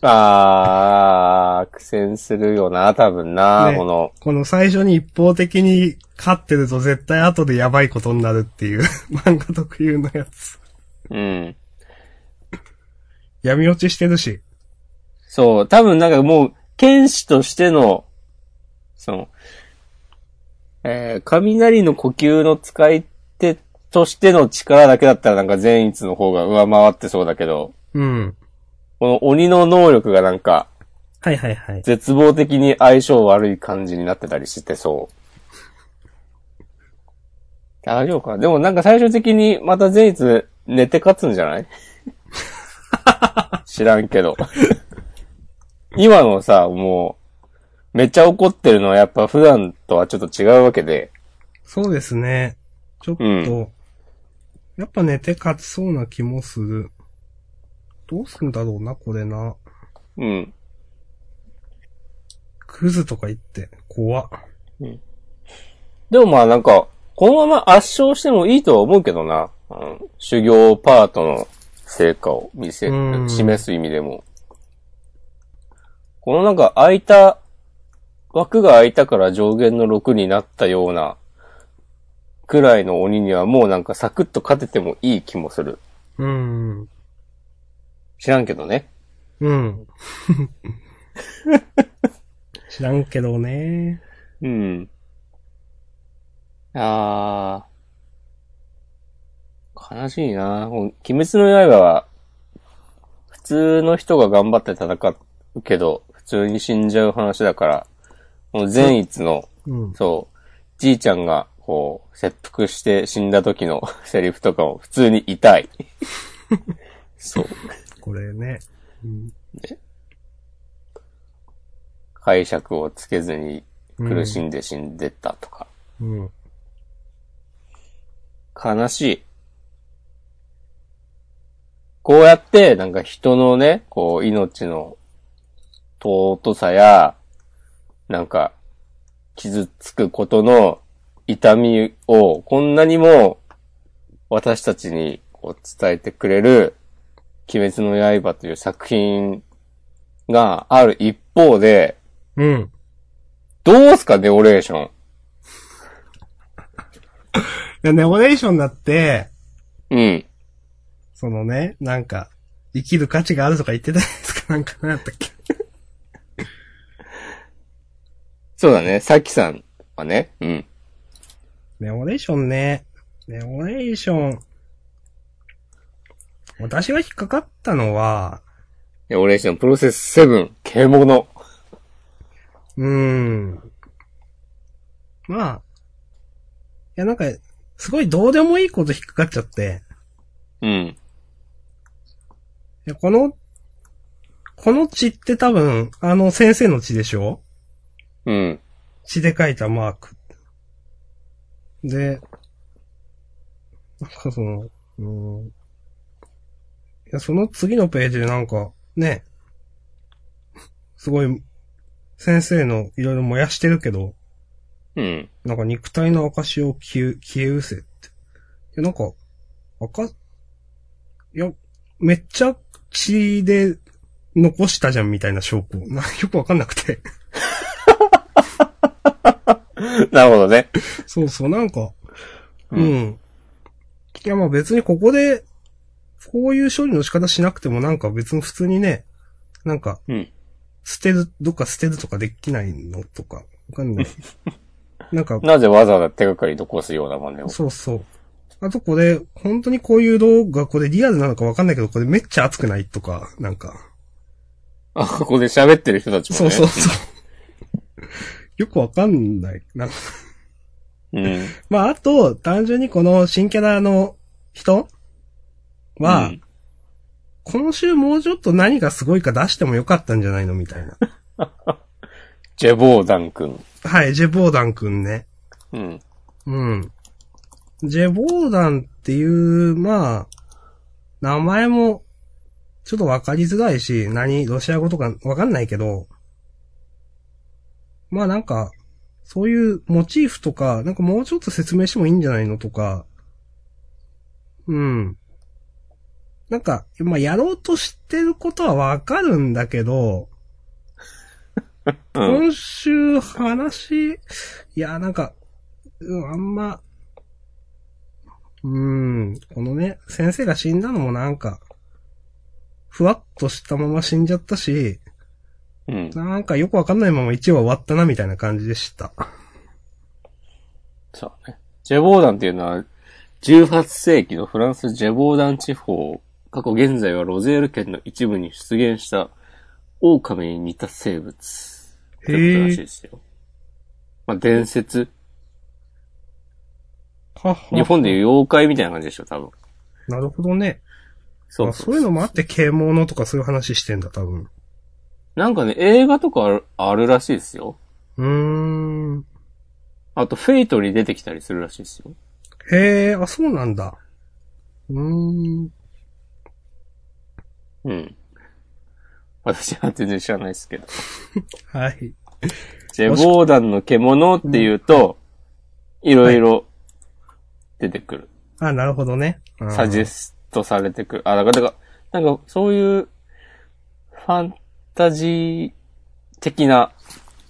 Speaker 1: あー、苦戦するよな、多分な、
Speaker 2: ね
Speaker 1: この。
Speaker 2: この最初に一方的に勝ってると絶対後でやばいことになるっていう 漫画特有のやつ。
Speaker 1: うん。
Speaker 2: 闇落ちしてるし。
Speaker 1: そう、多分なんかもう、剣士としての、その、えー、雷の呼吸の使い手としての力だけだったらなんか善逸の方が上回ってそうだけど、
Speaker 2: うん。
Speaker 1: この鬼の能力がなんか、
Speaker 2: はいはいはい。
Speaker 1: 絶望的に相性悪い感じになってたりしてそう。大丈夫かでもなんか最終的にまた善逸寝て勝つんじゃない知らんけど。今のさ、もう、めっちゃ怒ってるのはやっぱ普段とはちょっと違うわけで、
Speaker 2: そうですね。ちょっと、
Speaker 1: うん
Speaker 2: やっぱね、手勝ちそうな気もする。どうすんだろうな、これな。
Speaker 1: うん。
Speaker 2: クズとか言って、怖っ。
Speaker 1: でもまあなんか、このまま圧勝してもいいとは思うけどな。うん、修行パートの成果を見せ、
Speaker 2: うん
Speaker 1: 示す意味でも。このなんか空いた、枠が空いたから上限の6になったような、くらいの鬼にはもうなんかサクッと勝ててもいい気もする。
Speaker 2: うん。
Speaker 1: 知らんけどね。
Speaker 2: うん。 知らんけどね。
Speaker 1: うん。あー。悲しいなほん鬼滅の刃は、普通の人が頑張って戦うけど、普通に死んじゃう話だから、この善逸の、
Speaker 2: うん。
Speaker 1: そう、じいちゃんが、こう、切腹して死んだ時の セリフとかも普通に痛い。そう。
Speaker 2: これね。うん
Speaker 1: 解釈をつけずに苦しんで死んでったとか。
Speaker 2: うん。
Speaker 1: 悲しい。こうやって、なんか人のね、こう、命の尊さや、なんか、傷つくことの痛みを、こんなにも、私たちにこう伝えてくれる、鬼滅の刃という作品がある一方で、
Speaker 2: うん。
Speaker 1: どうすか、デオレーション。
Speaker 2: いや、ネオレーションだって、
Speaker 1: うん。
Speaker 2: そのね、なんか、生きる価値があるとか言ってたじゃないですか。なん か、なんだったっけ。
Speaker 1: そうだね、さきさんはね、うん。
Speaker 2: ネオレーションね。ネオレーション。私が引っかかったのは、
Speaker 1: デオレーションプロセス7、獣。
Speaker 2: うーん。まあ。いや、なんか、すごいどうでもいいこと引っかかっちゃって。
Speaker 1: うん。
Speaker 2: いやこの、この血って多分、あの先生の血でしょ
Speaker 1: うん。
Speaker 2: 血で書いたマーク。で、なんかその、うん。いや、その次のページでなんか、ね、すごい、先生のいろいろ燃やしてるけど、
Speaker 1: うん。
Speaker 2: なんか肉体の証を消え、消え失せって。いや、なんか、赤、いや、めっちゃ血で残したじゃんみたいな証拠。な よくわかんなくて。
Speaker 1: なるほどね。
Speaker 2: そうそう、なんか、
Speaker 1: う
Speaker 2: うんん。いや、まあ別にここで、こういう処理の仕方しなくてもなんか別に普通にね、なんか、
Speaker 1: うん。
Speaker 2: 捨てる、どっか捨てるとかできないのとか、わかん ない。なんか、
Speaker 1: なぜわざわざ手がかり残すような真似を。
Speaker 2: そうそう。あとこれ、本当にこういう動画、これリアルなのかわかんないけど、これめっちゃ熱くないとか、なんか。
Speaker 1: あ、ここで喋ってる人たちも
Speaker 2: そ
Speaker 1: ね。
Speaker 2: うそうそう。 よくわかんない。なんか
Speaker 1: う。うん。
Speaker 2: まあ、あと、単純にこの新キャラの人は、
Speaker 1: うん
Speaker 2: 今週もうちょっと何がすごいか出してもよかったんじゃないのみたいな。
Speaker 1: ジェボーダン君。
Speaker 2: はい、ジェボーダンくんね。
Speaker 1: うん。
Speaker 2: うん。ジェボーダンっていう、まあ、名前も、ちょっとわかりづらいし、何、ロシア語とかわかんないけど、まあなんか、そういうモチーフとか、なんかもうちょっと説明してもいいんじゃないのとか、うん。なんか、まあやろうとしてることはわかるんだけど、
Speaker 1: うん。
Speaker 2: 今週話、いや、なんか、うんあんま、うーん、このね、先生が死んだのもなんか、ふわっとしたまま死んじゃったし、
Speaker 1: うん。
Speaker 2: なんかよくわかんないまま1話終わったなみたいな感じでした。
Speaker 1: そうね。ジェボーダンっていうのは、18世紀のフランスジェボーダン地方、過去現在はロゼール県の一部に出現した狼に似た生物。ということらしいですよ。まあ、伝説。
Speaker 2: はは
Speaker 1: 日本でいう妖怪みたいな感じでしょ、多分。
Speaker 2: なるほどね。
Speaker 1: そう
Speaker 2: あそういうのもあって、啓蒙のとかそういう話してんだ、多分。
Speaker 1: なんかね、映画とかあるあるらしいですよ。
Speaker 2: うーん。
Speaker 1: あと、フェイトに出てきたりするらしいですよ。
Speaker 2: へえ、あ、そうなんだ。うーん。
Speaker 1: うん。私は全然知らないですけど。
Speaker 2: はい。
Speaker 1: ジェボーダンの獣っていうと、いろいろ出てくる。
Speaker 2: あ、なるほどね。あー
Speaker 1: サジェストされてくる。あ、だから、だからなんか、そういう、ファンタジー的な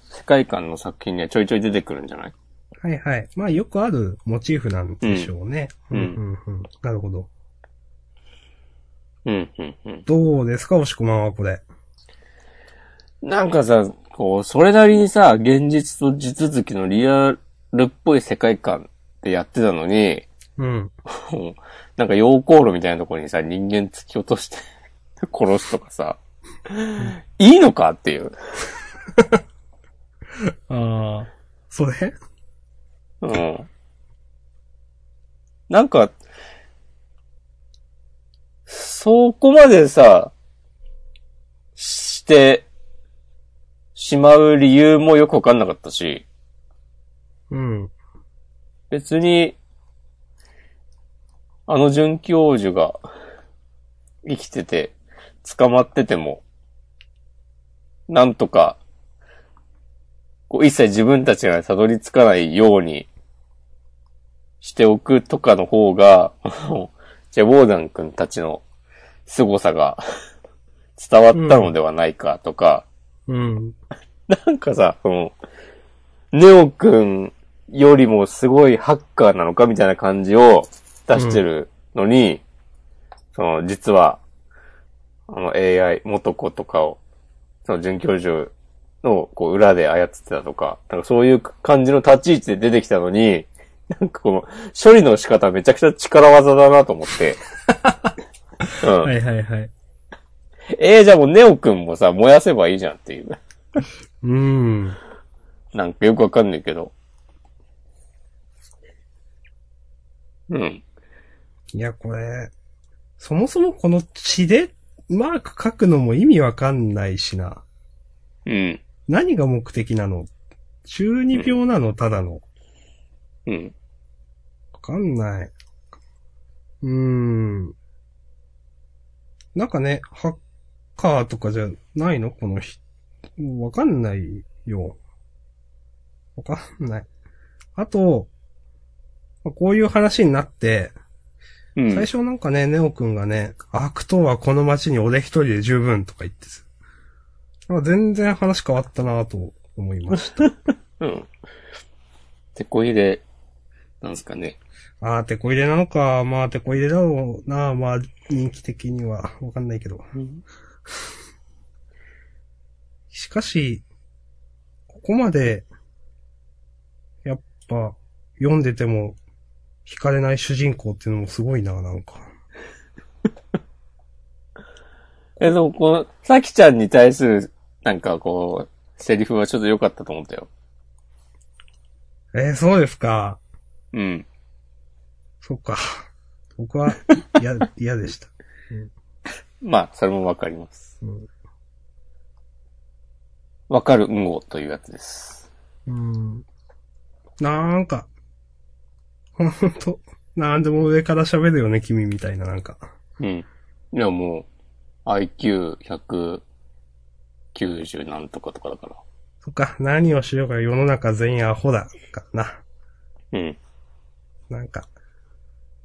Speaker 1: 世界観の作品にはちょいちょい出てくるんじゃない
Speaker 2: はいはい。まあよくあるモチーフなんでしょうね。
Speaker 1: う
Speaker 2: うんんうんうん。なるほど。
Speaker 1: うん、うん、うん。
Speaker 2: どうですか、おしこまんはこれ。
Speaker 1: なんかさ、こう、それなりにさ、現実と地続きのリアルっぽい世界観ってやってたのに、
Speaker 2: うん。
Speaker 1: こうなんか溶鉱炉みたいなところにさ、人間突き落として 殺すとかさ、いいのかっていう。
Speaker 2: ああ。それ
Speaker 1: うん。なんか、そこまでさ、してしまう理由もよくわかんなかったし、
Speaker 2: うん。
Speaker 1: 別に、あの准教授が生きてて、捕まってても、なんとか、こう一切自分たちがたどり着かないようにしておくとかの方が、 あのジェボーダン君たちの凄さが 伝わったのではないかとか、
Speaker 2: うん。
Speaker 1: なんかさ、その、ネオくんよりもすごいハッカーなのかみたいな感じを出してるのに、その、実は、あの AI、元子とかを、その准教授のこう裏で操ってたとか、なんかそういう感じの立ち位置で出てきたのに、なんかこの処理の仕方めちゃくちゃ力技だなと思って。うん。
Speaker 2: はいはいはい。
Speaker 1: えー、じゃあもうネオくんもさ、燃やせばいいじゃんっていう。
Speaker 2: うん。
Speaker 1: なんかよくわかんないけど。うん。
Speaker 2: いや、これ、そもそもこの血でマーク書くのも意味わかんないしな。
Speaker 1: うん。
Speaker 2: 何が目的なの中二病なのただの。
Speaker 1: うん。
Speaker 2: わかんない。うーん。なんかね、ハッカーとかじゃないのこの人。わかんないよ。わかんない。あと、まあこういう話になって、
Speaker 1: うん。
Speaker 2: 最初なんかね、ネオくんがね、悪党はこの街に俺一人で十分とか言ってす。なんか全然話変わったなぁと思いました。
Speaker 1: うん。手こ入れ、なんですかね。
Speaker 2: あー、てこ入れなのか。まあ、てこ入れだろうな。まあ、人気的には。わかんないけど。しかし、ここまで、やっぱ、読んでても、惹かれない主人公っていうのもすごいな、なんか。
Speaker 1: え、でも、この、さきちゃんに対する、なんかこう、セリフはちょっと良かったと思ったよ。
Speaker 2: えー、そうですか。
Speaker 1: うん。
Speaker 2: そっか。僕は、嫌、 嫌でした。
Speaker 1: まあ、それもわかります。
Speaker 2: うん
Speaker 1: わかるうんごというやつです。
Speaker 2: うん。なんか、ほんと、なんでも上から喋るよね、君みたいな、なんか。
Speaker 1: うん。いや、もう、IQ190 なんとかとかだか
Speaker 2: そっか、何をしようか世の中全員アホだ、かな。
Speaker 1: ら。うん。
Speaker 2: なんか、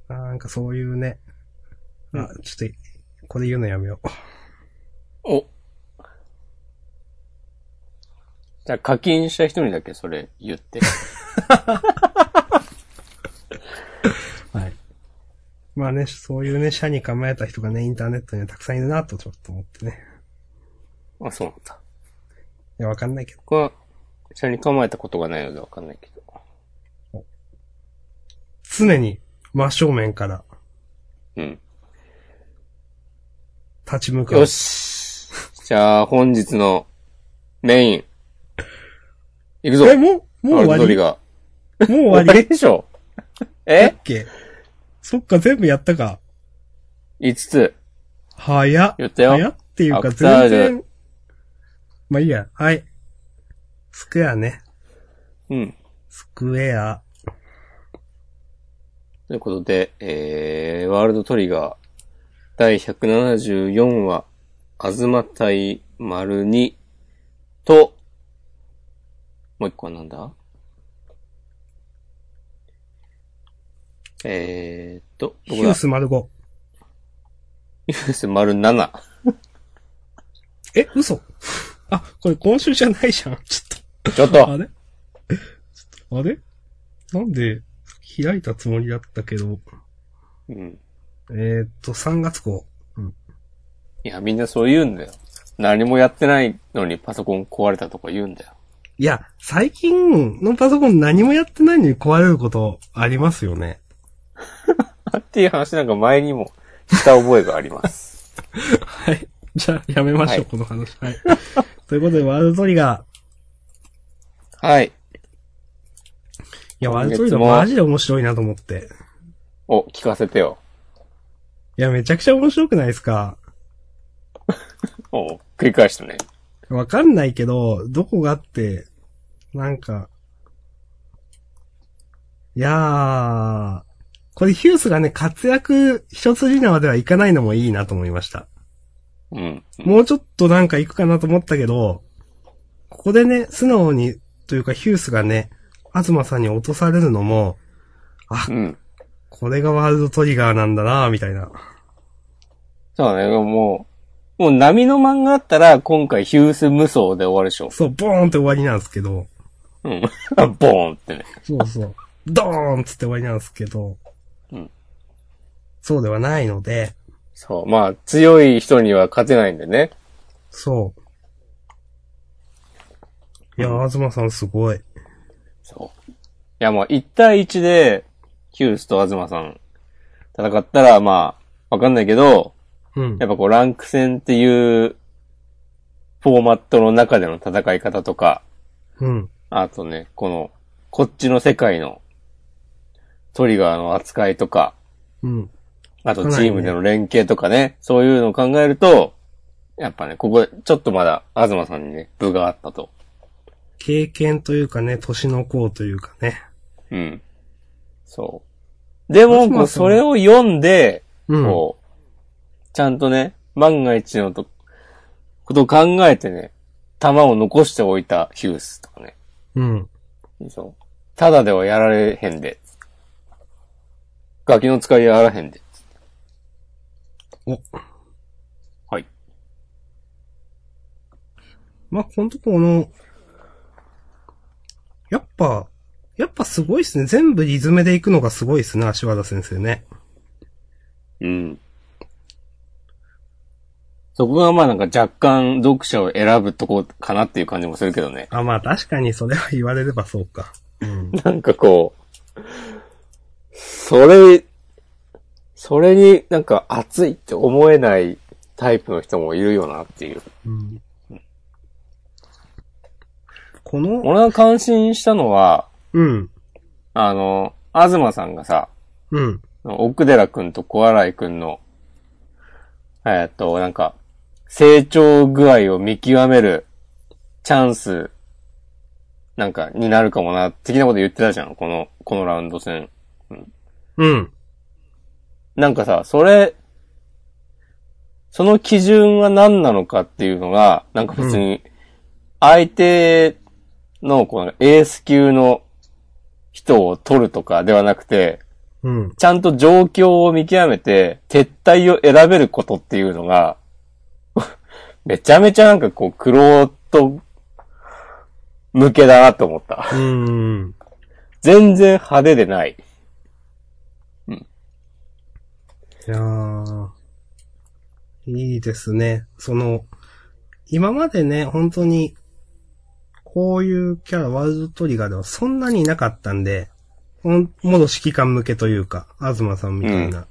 Speaker 2: なんかそういうね。
Speaker 1: う
Speaker 2: あ、ちょっと、これ言うのやめよう。
Speaker 1: おじゃあ課金した人にだけそれ言 って。
Speaker 2: はい。まあね、そういうね、社に構えた人がね、インターネットにはたくさんいるなとちょっと思ってね。
Speaker 1: あ、そうなんだ。
Speaker 2: いや、わかんないけど。
Speaker 1: 僕は、下に構えたことがないのでわかんないけど。
Speaker 2: 常に真正面から
Speaker 1: うん。
Speaker 2: 立ち向かう。
Speaker 1: よしじゃあ、本日のメイン。いくぞ
Speaker 2: え、もう、もう
Speaker 1: アルドリ
Speaker 2: 終わ
Speaker 1: が。終
Speaker 2: りもう終
Speaker 1: わ
Speaker 2: わり
Speaker 1: りでしょ
Speaker 2: だ
Speaker 1: え
Speaker 2: っけそっか、全部やったか。
Speaker 1: ?5 つ。
Speaker 2: 早っ。
Speaker 1: 言ったよ
Speaker 2: 早っていうか、
Speaker 1: アクター
Speaker 2: 全
Speaker 1: ジュ
Speaker 2: 然。まあいいや、はい。スクエアね。
Speaker 1: うん。
Speaker 2: スクエア。
Speaker 1: ということで、えー、ワールドトリガー、第174話、あずまたい丸2と、もう一個はなんだえーっと、ど
Speaker 2: ヒ
Speaker 1: こ
Speaker 2: ュ
Speaker 1: だ
Speaker 2: ース丸5。
Speaker 1: ニュース丸7。
Speaker 2: え、嘘あ、これ今週じゃないじゃん。 ちょっ
Speaker 1: ちょっ
Speaker 2: と、あ
Speaker 1: と、
Speaker 2: れちょっとあれなんで、開いたつもりだったけど。
Speaker 1: うん、
Speaker 2: えーっと、3月号。
Speaker 1: いや、みんなそう言うんだよ。何もやってないのにパソコン壊れたとか言うんだよ。
Speaker 2: いや、最近のパソコン何もやってないのに壊れることありますよね。
Speaker 1: っていう話なんか前にもした覚えがあります。
Speaker 2: はい。じゃあ、やめましょう、
Speaker 1: はい
Speaker 2: この話。はい。 ということで、ワールドトリガー。
Speaker 1: はい。
Speaker 2: いや、ワ
Speaker 1: 今
Speaker 2: ールド
Speaker 1: 月
Speaker 2: ト
Speaker 1: も
Speaker 2: リガーマジで面白いなと思って。
Speaker 1: お、聞かせてよ。
Speaker 2: いや、めちゃくちゃ面白くないですか。
Speaker 1: おう繰り返したね。
Speaker 2: わかんないけど、どこがあって、なんか、いやー、これヒュースがね、活躍一筋縄ではいかないのもいいなと思いました。
Speaker 1: うん。うん
Speaker 2: もうちょっとなんか行くかなと思ったけど、ここでね、素直に、というかヒュースがね、東さんに落とされるのも、
Speaker 1: うん。
Speaker 2: これがワールドトリガーなんだなみたいな。
Speaker 1: そうね、もう、もう波の漫画あったら、今回ヒュース無双で終わるでしょ。
Speaker 2: そう、ボーンって終わりなんですけど、
Speaker 1: うん。 ボーンってね。
Speaker 2: そうそう。ドーンっつって終わりなんですけど、
Speaker 1: うん
Speaker 2: そうではないので、
Speaker 1: そう。まあ、強い人には勝てないんでね。
Speaker 2: そう。いや、
Speaker 1: う
Speaker 2: 東さんすごい。
Speaker 1: そう。いや、もう1対1で、ヒュースと東さん、戦ったら、まあ、わかんないけど、
Speaker 2: うん
Speaker 1: や。っぱこう、ランク戦っていう、フォーマットの中での戦い方とか、
Speaker 2: うん。
Speaker 1: あとね、この、こっちの世界の、トリガーの扱いとか、
Speaker 2: うん。
Speaker 1: あとチームでの連携とかね、そういうのを考えると、やっぱね、ここ、ちょっとまだ、東さんにね、部があったと。
Speaker 2: 経験というかね、年の功というかね。
Speaker 1: うん。そう。でも、こう、
Speaker 2: 東さん
Speaker 1: それを読んで、
Speaker 2: うん。
Speaker 1: こう、ちゃんとね、万が一のと、ことを考えてね、弾を残しておいたヒュースとかね。
Speaker 2: うん。
Speaker 1: そう。ただではやられへんで。ガキの使いやらへんで。
Speaker 2: お。
Speaker 1: はい。
Speaker 2: まあ、ほんとこの、やっぱ、やっぱすごいっすね。全部リズムでいくのがすごいっすね、足和田先生ね。
Speaker 1: うん。そこがまあなんか若干読者を選ぶとこかなっていう感じもするけどね。
Speaker 2: あ、まあ確かにそれは言われればそうか。うん。
Speaker 1: なんかこう、それ、それになんか熱いって思えないタイプの人もいるよなっていう。
Speaker 2: うん、この、
Speaker 1: 俺が感心したのは、
Speaker 2: うん、
Speaker 1: あの、東さんがさ、
Speaker 2: うん、
Speaker 1: 奥寺くんと小洗くんの、えーっと、なんか、成長具合を見極めるチャンス、なんか、になるかもな、的なこと言ってたじゃん、この、このラウンド戦。
Speaker 2: うん。
Speaker 1: なんかさ、それ、その基準は何なのかっていうのが、なんか別に、相手の、このエース級の人を取るとかではなくて、
Speaker 2: うん。
Speaker 1: ちゃんと状況を見極めて、撤退を選べることっていうのが、 めちゃめちゃなんかこう、クロート向けだなと思った。
Speaker 2: うん。
Speaker 1: 全然派手でない。
Speaker 2: いやーいいですね。その、今までね、本当に、こういうキャラ、ワールドトリガーではそんなにいなかったんで、ほん、もろ指揮官向けというか、東さんみたいな。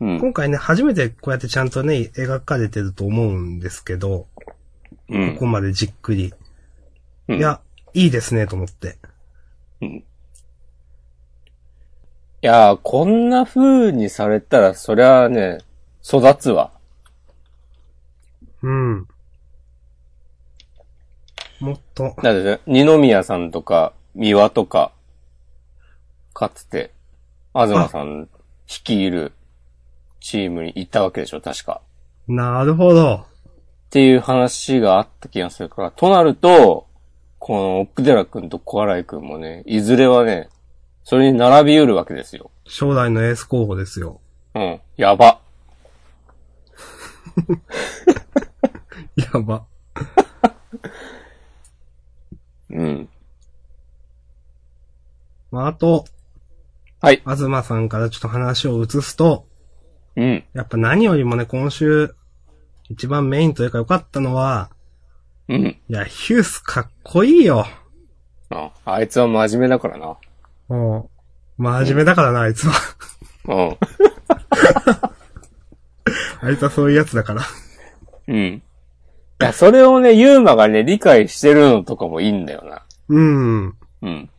Speaker 1: うん。
Speaker 2: 今回ね、初めてこうやってちゃんとね、描かれてると思うんですけど、
Speaker 1: う
Speaker 2: こ
Speaker 1: ん。
Speaker 2: こまでじっくり。
Speaker 1: うん
Speaker 2: いや、いいですね、と思って。
Speaker 1: いやー、こんな風にされたら、そりゃあね、育つわ。
Speaker 2: うん。もっと、
Speaker 1: だってね、二宮さんとか、三輪とか、かつて、東さん率いるチームにいたわけでしょ、確か。
Speaker 2: なるほど。
Speaker 1: っていう話があった気がするから、となると、この奥寺くんと小洗くんもね、いずれはね、それに並び得るわけですよ。
Speaker 2: 将来のエース候補ですよ。
Speaker 1: うん。やば。
Speaker 2: やば。
Speaker 1: うん。
Speaker 2: まあ、あと、
Speaker 1: はい。
Speaker 2: 東さんからちょっと話を移すと、
Speaker 1: うん。
Speaker 2: やっぱ何よりもね、今週、一番メインというか良かったのは、
Speaker 1: うん。
Speaker 2: いや、ヒュースかっこいいよ。
Speaker 1: ああいつは真面目だからな。
Speaker 2: もう、真面目だからな、あいつは。
Speaker 1: うん。
Speaker 2: あいつはそういうやつだから。
Speaker 1: うん。いや、それをね、ユーマがね、理解してるのとかもいいんだよな。
Speaker 2: うん。
Speaker 1: うん。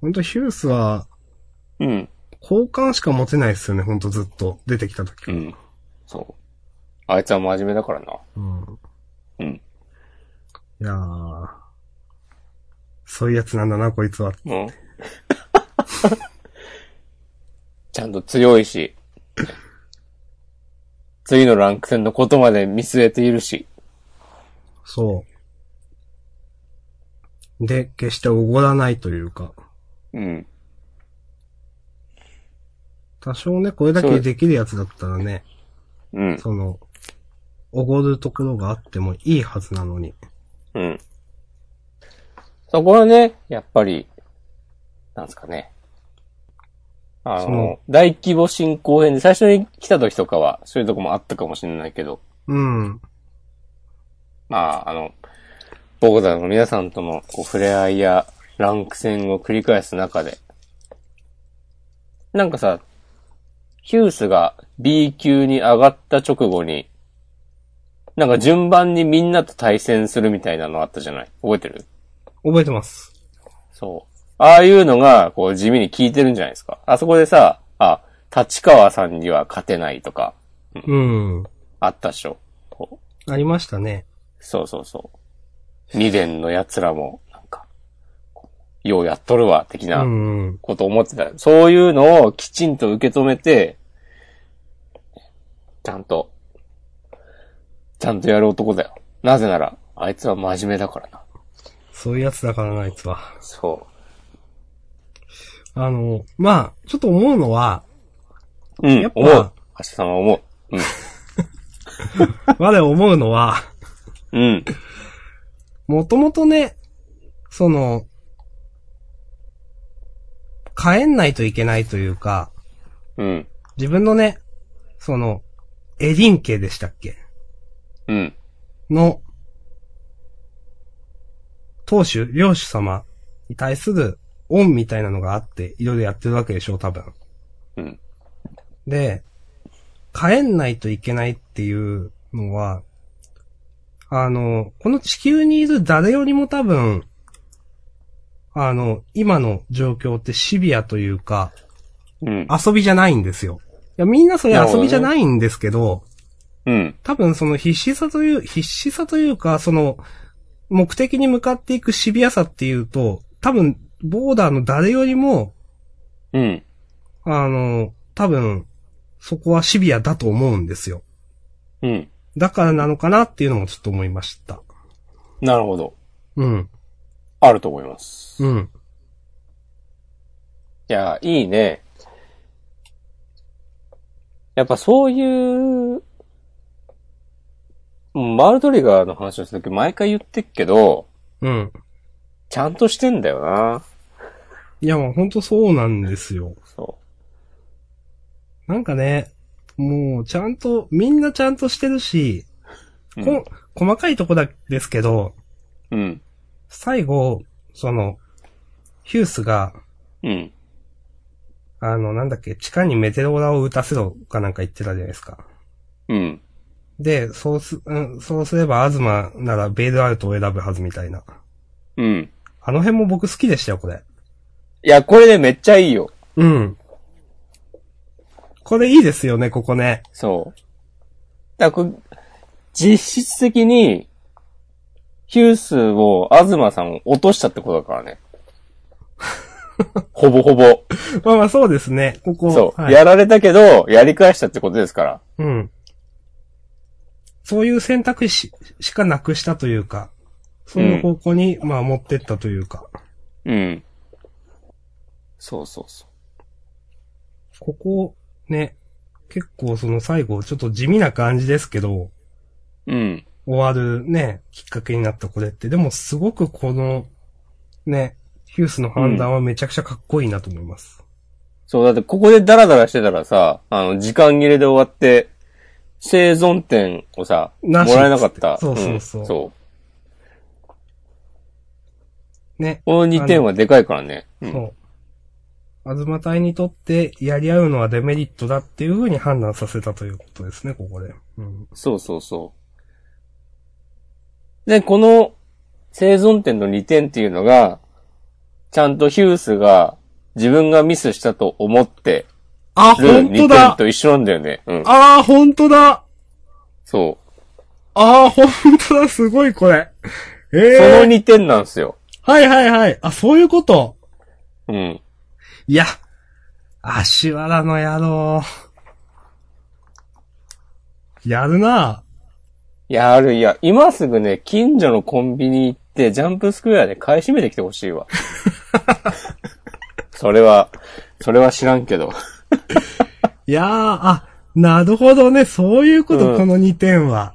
Speaker 2: ほんとヒュースは、
Speaker 1: うん。
Speaker 2: 好感しか持てないですよね、ほんとずっと。出てきた時。
Speaker 1: うん。そう。あいつは真面目だからな。
Speaker 2: うん。
Speaker 1: うん。
Speaker 2: いやー。そういうやつなんだな、こいつは。
Speaker 1: うん。ちゃんと強いし、次のランク戦のことまで見据えているし、
Speaker 2: そう。で、決しておごらないというか。
Speaker 1: うん。
Speaker 2: 多少ね、これだけできるやつだったらね、
Speaker 1: うん。
Speaker 2: その、おごるところがあってもいいはずなのに。
Speaker 1: うん。そこはね、やっぱり、なんですかね。あ
Speaker 2: その
Speaker 1: の、大規模進行編で最初に来た時とかは、そういうとこもあったかもしれないけど、
Speaker 2: うん。
Speaker 1: まあ、あの、ボーダーの皆さんとのこう触れ合いやランク戦を繰り返す中で、なんかさ、ヒュースが B 級に上がった直後に、なんか順番にみんなと対戦するみたいなのあったじゃない覚えてる
Speaker 2: 覚えてます。
Speaker 1: そう。ああいうのが、こう、地味に効いてるんじゃないですか。あそこでさ、あ、立川さんには勝てないとか、
Speaker 2: うん。
Speaker 1: あったっしょ。こう
Speaker 2: ありましたね。
Speaker 1: そうそうそう。二連の奴らも、なんか、ようやっとるわ、的
Speaker 2: う
Speaker 1: な。
Speaker 2: んうん。
Speaker 1: ことを思ってた。そういうのをきちんと受け止めて、ちゃんと、ちゃんとやる男だよ。なぜなら、あいつは真面目だからな。
Speaker 2: そういうやつだからな、あいつは。
Speaker 1: そ
Speaker 2: あの、まあ、ちょっと思うのは、
Speaker 1: う。う
Speaker 2: や
Speaker 1: ん
Speaker 2: っ、ぱ
Speaker 1: 思う。橋さんは思う。
Speaker 2: 我々思うのは、
Speaker 1: うん。うん。
Speaker 2: もともとね、その、帰んないといけないというか、
Speaker 1: うん。
Speaker 2: 自分のね、その、エリン家でしたっけ
Speaker 1: うん。
Speaker 2: の、当主、領主様に対する恩みたいなのがあって、いろいろやってるわけでしょう、多分。
Speaker 1: うん。
Speaker 2: で、帰んないといけないっていうのは、あの、この地球にいる誰よりも多分、あの、今の状況ってシビアというか、
Speaker 1: うん。
Speaker 2: 遊びじゃないんですよ。いや、みんなそれ
Speaker 1: なるほど
Speaker 2: 遊
Speaker 1: ね
Speaker 2: びじゃないんですけど、
Speaker 1: うん。
Speaker 2: 多分その必死さという、必死さというか、その、目的に向かっていくシビアさっていうと、多分、ボーダーの誰よりも、
Speaker 1: うん。
Speaker 2: あの、多分、そこはシビアだと思うんですよ。
Speaker 1: うん。
Speaker 2: だからなのかなっていうのもちょっと思いました。
Speaker 1: なるほど。
Speaker 2: うん。
Speaker 1: あると思います。
Speaker 2: うん。
Speaker 1: いや、いいね。やっぱそういう、うんワールドトリガーの話をした時毎回言ってっけど、
Speaker 2: うん。
Speaker 1: ちゃんとしてんだよな。
Speaker 2: いや、もうほんとそうなんですよ。
Speaker 1: そ
Speaker 2: なんかね、もうちゃんと、みんなちゃんとしてるし、
Speaker 1: う。
Speaker 2: こ、細かいとこだですけど、
Speaker 1: うん。
Speaker 2: 最後、その、ヒュースが、
Speaker 1: うん。
Speaker 2: あの、なんだっけ、地下にメテオラを打たせろかなんか言ってたじゃないですか。
Speaker 1: うん。
Speaker 2: で、そうす、うん、そうすればアズマならベイルアウトを選ぶはずみたいな。
Speaker 1: うん。
Speaker 2: あの辺も僕好きでしたよ、これ。
Speaker 1: いや、これね、めっちゃいいよ。
Speaker 2: うん。これいいですよね、ここね。
Speaker 1: そう。だからこう実質的に、ヒュースを、アズマさんを落としたってことだからね。ほぼほぼ。
Speaker 2: まあまあそうですね、ここ。
Speaker 1: そう。
Speaker 2: はい、
Speaker 1: やられたけど、やり返したってことですから。
Speaker 2: うん。そういう選択肢しかなくしたというか、その方向に、まあ持ってったというか、
Speaker 1: うん。そうそうそ
Speaker 2: ここ、ね、結構その最後、ちょっと地味な感じですけど、
Speaker 1: う。うん。
Speaker 2: 終わるね、きっかけになったこれって、でもすごくこの、ね、ヒュースの判断はめちゃくちゃかっこいいなと思います。
Speaker 1: そう、だってここでダラダラしてたらさ、あの、時間切れで終わって、生存点をさ、も
Speaker 2: な
Speaker 1: ら
Speaker 2: し
Speaker 1: えなかった。
Speaker 2: そうそうそうん
Speaker 1: そう。
Speaker 2: ね、
Speaker 1: この2点はでかいからね。うん
Speaker 2: そう。アズマ隊にとってやり合うのはデメリットだっていう風に判断させたということですね、ここで。うん。
Speaker 1: そうそうそう。で、この生存点の2点っていうのが、ちゃんとヒュースが自分がミスしたと思って
Speaker 2: あ、
Speaker 1: る
Speaker 2: 本当
Speaker 1: 2点
Speaker 2: だ
Speaker 1: と一緒なんだよね。うん。
Speaker 2: ああ、本当だ
Speaker 1: そう。
Speaker 2: ああ、本当だすごいこれ。え
Speaker 1: その
Speaker 2: え
Speaker 1: 2点なんですよ。
Speaker 2: はいはいはい。あ、そういうこと。
Speaker 1: うん。
Speaker 2: いや、足原の野郎。やるなぁ
Speaker 1: いや、ある、いや、今すぐね、近所のコンビニ行って、ジャンプスクエアで買い占めてきてほしいわ。それは、それは知らんけど。
Speaker 2: いやー、あ、なるほどね。そういうこと、
Speaker 1: うん
Speaker 2: この2点は。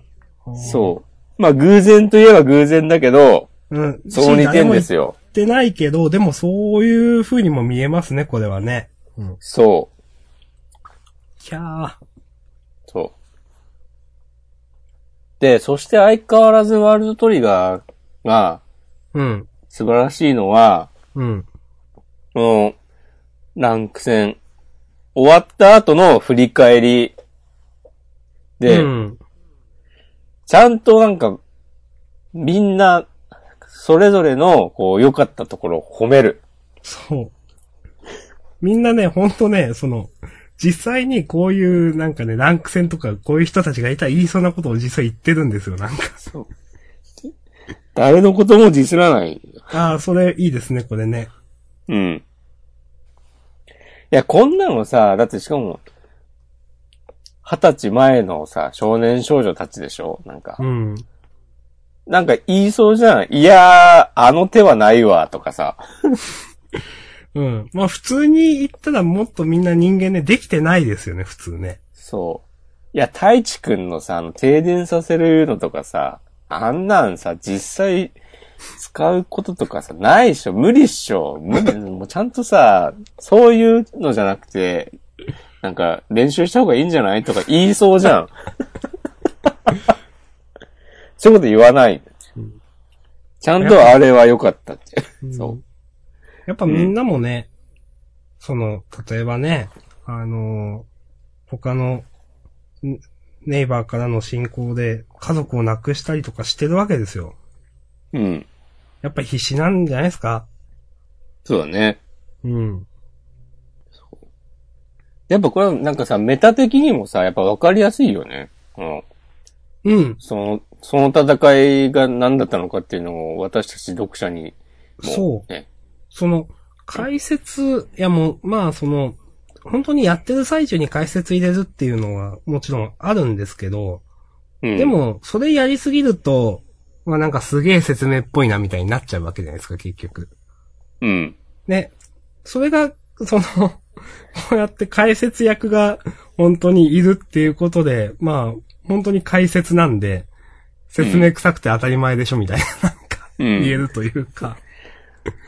Speaker 1: そう。まあ、偶然といえば偶然だけど、
Speaker 2: うん。
Speaker 1: そう2点です。よ。
Speaker 2: 言ってないけど、でもそういう風にも見えますね、これはね。うん。
Speaker 1: そう。
Speaker 2: キャー。
Speaker 1: そう。で、そして相変わらずワールドトリガーが
Speaker 2: うん。
Speaker 1: 素晴らしいのは、
Speaker 2: うん。
Speaker 1: この、ランク戦、終わった後の振り返りで、
Speaker 2: うん。
Speaker 1: ちゃんとなんか、みんな、それぞれの、こう、良かったところを褒める。
Speaker 2: そう。みんなね、ほんとね、その、実際にこういう、なんかね、ランク戦とか、こういう人たちがいたら言いそうなことを実際言ってるんですよ、なんか。
Speaker 1: 誰のこともディスらない。
Speaker 2: ああ、それいいですね、これね。
Speaker 1: うん。いや、こんなのさ、だってしかも、二十歳前のさ、少年少女たちでしょなんか
Speaker 2: う、ん。
Speaker 1: なんか言いそうじゃん。いやー、あの手はないわ、とかさ。
Speaker 2: うん。まあ普通に言ったらもっとみんな人間ね、できてないですよね、普通ね。
Speaker 1: そう。いや、太一くんのさ、あの、停電させるのとかさ、あんなんさ、実際、使うこととかさ、ないっしょ、無理っしょ、無理、もうちゃんとさ、そういうのじゃなくて、なんか、練習した方がいいんじゃないとか言いそうじゃん。そういうこと言わない。ちゃんとあれは良かったって。そう。
Speaker 2: やっぱみんなもね、その、例えばね、あのー他の、んネイバーからの信仰で家族を亡くしたりとかしてるわけですよ。
Speaker 1: うん。
Speaker 2: やっぱ必死なんじゃないですか
Speaker 1: そうだね。
Speaker 2: うん。
Speaker 1: やっぱこれはなんかさ、メタ的にもさ、やっぱ分かりやすいよね。うん。
Speaker 2: うん。
Speaker 1: その、その戦いが何だったのかっていうのを私たち読者にも、
Speaker 2: そう。
Speaker 1: ね。
Speaker 2: その、解説、いやもう、まあその、本当にやってる最中に解説入れるっていうのはもちろんあるんですけど、
Speaker 1: うん、
Speaker 2: で、も、それやりすぎると、まあなんかすげえ説明っぽいなみたいになっちゃうわけじゃないですか、結局。
Speaker 1: うん。
Speaker 2: ね、それが、その、こうやって解説役が本当にいるっていうことで、まあ、本当に解説なんで、説明臭くて当たり前でしょみたいな、なんか、
Speaker 1: うん
Speaker 2: 言えるというか。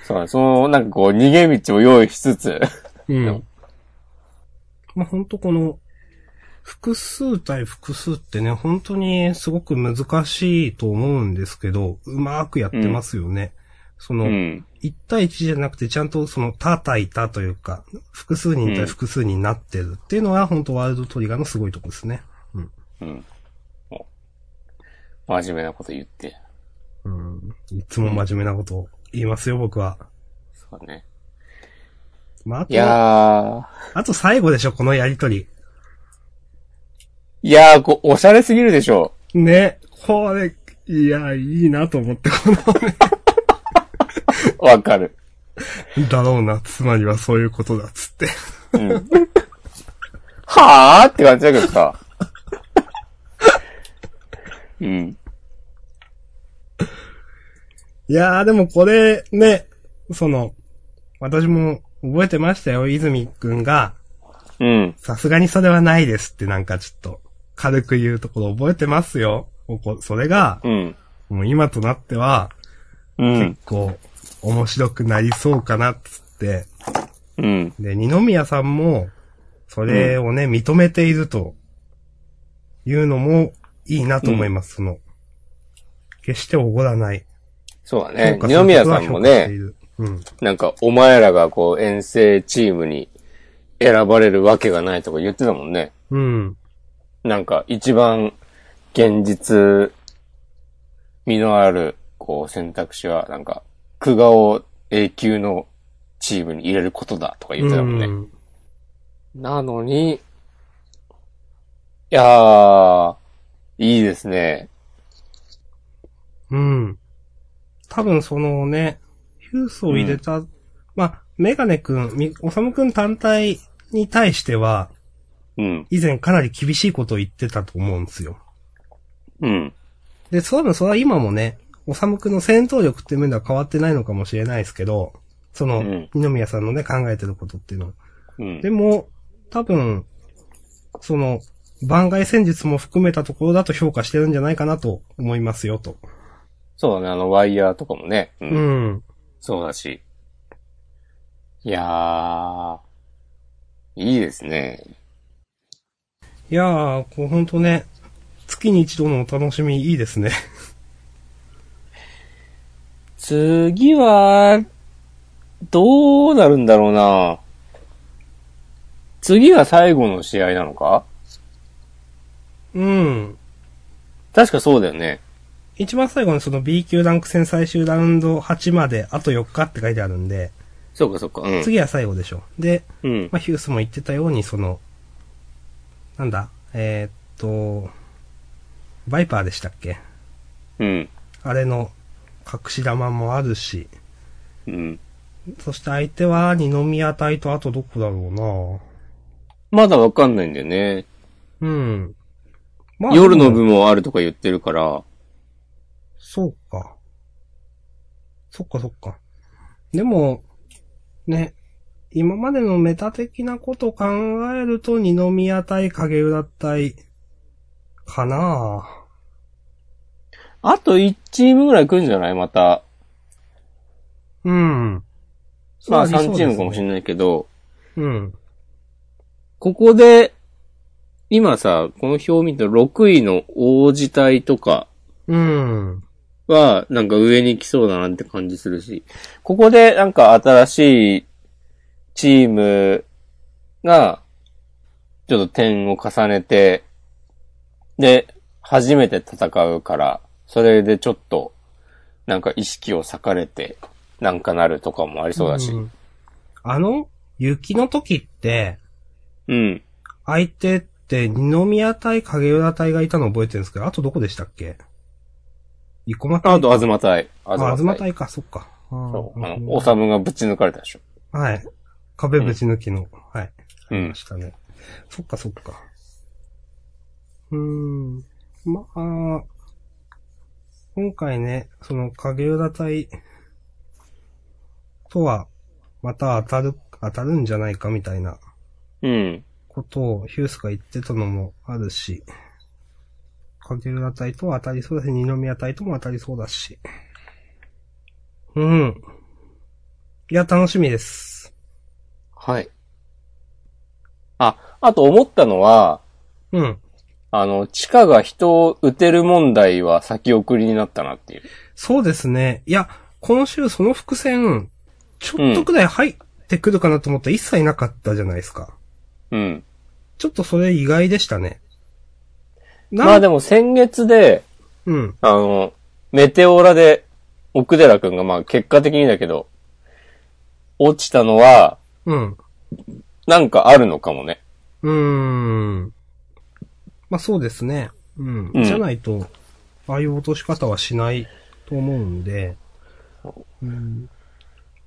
Speaker 1: そうだ、その、なんかこう、逃げ道を用意しつつ、
Speaker 2: うん。まあ本当この、複数対複数ってね、本当にすごく難しいと思うんですけど、うまくやってますよね。そうの、
Speaker 1: ん。
Speaker 2: 一対一じゃなくて、ちゃんとその、他対他というか、複数人対複数になってるっていうのは、本当ワールドトリガーのすごいとこですね。
Speaker 1: うん。お真面目なこと言って。
Speaker 2: うん。いつも真面目なことを言いますよ、僕は。
Speaker 1: そうだね。
Speaker 2: まあ、あ
Speaker 1: い
Speaker 2: とは、
Speaker 1: や
Speaker 2: あと最後でしょ、このやりとり。
Speaker 1: ー、いやー、こう、おしゃれすぎるでしょ。
Speaker 2: ね。これ、いや、いいなと思って、こ
Speaker 1: わかる。
Speaker 2: の、 だろうな、つまりはそういうことだ、つって。
Speaker 1: うん。はーって感じだけどさ。 うん。
Speaker 2: いやー、でもこれ、ね、その、私も覚えてましたよ、泉くんが、
Speaker 1: うん。
Speaker 2: さすがにそれはないですってなんかちょっと、軽く言うところ覚えてますよ。ここそれが、
Speaker 1: うん。
Speaker 2: もう今となっては、
Speaker 1: うん。
Speaker 2: こう、面白くなりそうかなっつって、
Speaker 1: うん。
Speaker 2: で、二宮さんも、それをね、認めていると、いうのもいいなと思います、その、決しておごらない。
Speaker 1: そうだね
Speaker 2: 評。価す
Speaker 1: 二
Speaker 2: る
Speaker 1: 宮
Speaker 2: こ
Speaker 1: さ
Speaker 2: とは
Speaker 1: んも
Speaker 2: 評価して
Speaker 1: ね
Speaker 2: い、る。うん。
Speaker 1: なんか、お前らがこう、遠征チームに選ばれるわけがないとか言ってたもんね。
Speaker 2: うん。
Speaker 1: なんか、一番現実味のある、こう、選択肢は、なんか、久我を永久のチームに入れることだとか言ってたもんね。
Speaker 2: うん
Speaker 1: なのに、いやー、いいですね。
Speaker 2: うん。多分そのね、ヒュースを入れた、まあ、メガネくん、みおさむくん単体に対しては、
Speaker 1: うん、
Speaker 2: 以前かなり厳しいことを言ってたと思うんですよ。
Speaker 1: うん、
Speaker 2: で、多分それは今もね、おさむくんの戦闘力っていう面では変わってないのかもしれないですけど、そ
Speaker 1: う
Speaker 2: の、
Speaker 1: ん
Speaker 2: 二宮さんのね、考えてることっていうのは。
Speaker 1: うん
Speaker 2: で。も、多分、その、番外戦術も含めたところだと評価してるんじゃないかなと思いますよ、と。
Speaker 1: そうだね、あの、ワイヤーとかもね。うん
Speaker 2: うん。
Speaker 1: そうだし。いやー、いいですね。
Speaker 2: いやー、こうほんとね、月に一度のお楽しみいいですね。
Speaker 1: 次は、どうなるんだろうな。次が最後の試合なのか
Speaker 2: うん。
Speaker 1: 確かそうだよね。
Speaker 2: 一番最後にその B 級ランク戦最終ラウンド8まであと4日って書いてあるんで、
Speaker 1: そうかそうか。うん。
Speaker 2: 次は最後でしょ。で、
Speaker 1: うん。
Speaker 2: まあ、ヒュースも言ってたように、その、なんだ、えーっと、バイパーでしたっけ
Speaker 1: うん。
Speaker 2: あれの隠し玉もあるし、
Speaker 1: うん。
Speaker 2: そして相手は二宮隊とあとどこだろ
Speaker 1: まだわかんないんだよね。
Speaker 2: うなうん。まあ
Speaker 1: 夜の部もあるとか言ってるから、
Speaker 2: そうか。そっかそっか。でも、ね、今までのメタ的なこと考えると、二宮対影浦対、かなぁ。
Speaker 1: あと1チームぐらい来るんじゃないまた。
Speaker 2: うん。
Speaker 1: まあ3チームかもし
Speaker 2: ない。
Speaker 1: れないけど、
Speaker 2: うん。
Speaker 1: ここで、今さ、この表見たら6位の王子隊とか
Speaker 2: うん。
Speaker 1: は、なんか上に来そうだなって感じするし、ここでなんか新しいチームが、ちょっと点を重ねて、で、初めて戦うから、それでちょっと、なんか意識を割かれて、なんかなるとかもありそうだし。
Speaker 2: んあの、雪の時って、
Speaker 1: うん。
Speaker 2: 相手って二宮対影浦隊がいたの覚えてるんですけど、あとどこでしたっけ生駒隊
Speaker 1: あと、あずま隊。あ
Speaker 2: あ、東隊か、そっか。
Speaker 1: そう。
Speaker 2: あ
Speaker 1: あ
Speaker 2: ー
Speaker 1: の、おさむがぶち抜かれたでしょ。
Speaker 2: はい。壁ぶち抜きの、はい。あ
Speaker 1: うん
Speaker 2: りましたね。そっかそっか。うーん。まあ、今回ね、その影浦隊とは、また当たる、当たるんじゃないかみたいな
Speaker 1: うん。
Speaker 2: ことをヒュースが言ってたのもあるし、影浦隊とは当たりそうだし、二宮隊とも当たりそうだし。うん。いや、楽しみです。
Speaker 1: はい。あ、あと思ったのは、
Speaker 2: うん。
Speaker 1: あの、地下が人を撃てる問題は先送りになったなっていう。
Speaker 2: そうですね。いや、今週その伏線、ちょっとくらい入ってくるかなと思ったら一切なかったじゃないですか。
Speaker 1: うん。
Speaker 2: ちょっとそれ意外でしたね。な
Speaker 1: まあでも先月で、
Speaker 2: うん。
Speaker 1: あの、メテオラで、奥寺くんがまあ結果的にだけど、落ちたのは、
Speaker 2: うん。
Speaker 1: なんかあるのかもね。
Speaker 2: うーん。まあそうですね。うん。
Speaker 1: うん
Speaker 2: じゃないと、ああいう落とし方はしないと思うんで。うん。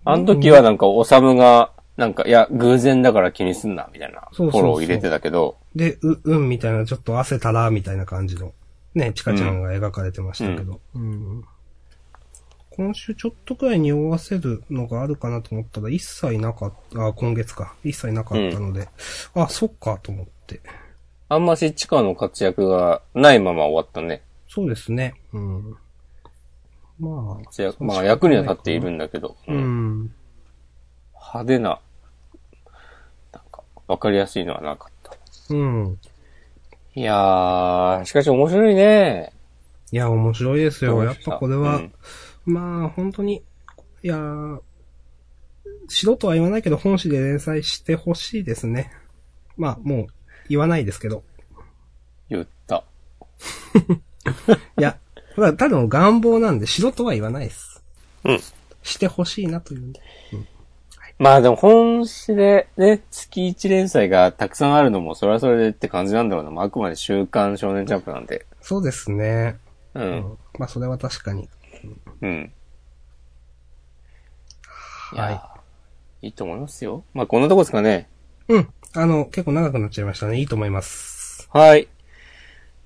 Speaker 1: あの時はなんか、おさむが、なんか、いや、偶然だから気にすんな、みたいな、フ
Speaker 2: そうそうそう
Speaker 1: ォローを入れてたけど、
Speaker 2: で、う、うんみたいな、ちょっと汗たら、みたいな感じの、ね、チカちゃんが描かれてましたけど。うん今週ちょっとくらい匂わせるのがあるかなと思ったら、一切なかった、あ、今月か。一切なかったので、あ、そっか、と思って。
Speaker 1: あんまし地下の活躍がないまま終わったね。
Speaker 2: そうですね。うん。まあ、
Speaker 1: 活躍まあ役には立っているんだけど、
Speaker 2: う
Speaker 1: うん
Speaker 2: ん。
Speaker 1: 派手な、なんか、わかりやすいのはなかった。
Speaker 2: うん。
Speaker 1: いやー、しかし面白いね。
Speaker 2: いや、面白いですよ。
Speaker 1: どう
Speaker 2: やっ
Speaker 1: した
Speaker 2: ぱこれは、
Speaker 1: うん
Speaker 2: まあ、本当に、いやー、素人は言わないけど、本誌で連載してほしいですね。まあ、もう、言わないですけど。
Speaker 1: 言った。
Speaker 2: いや、これはただの願望なんで、素人は言わないです。
Speaker 1: うん。
Speaker 2: してほしいなというんで。
Speaker 1: まあでも本誌でね、月1連載がたくさんあるのも、それはそれでって感じなんだろうな。まあ、あくまで週刊少年ジャンプなんで。
Speaker 2: そうですね。
Speaker 1: う。。
Speaker 2: うんまあ、それは確かに。
Speaker 1: うん。いや
Speaker 2: はい
Speaker 1: いいと思いますよ。まあこんなとこですかね。
Speaker 2: うん。あの、結構長くなっちゃいましたね。いいと思います。
Speaker 1: はい。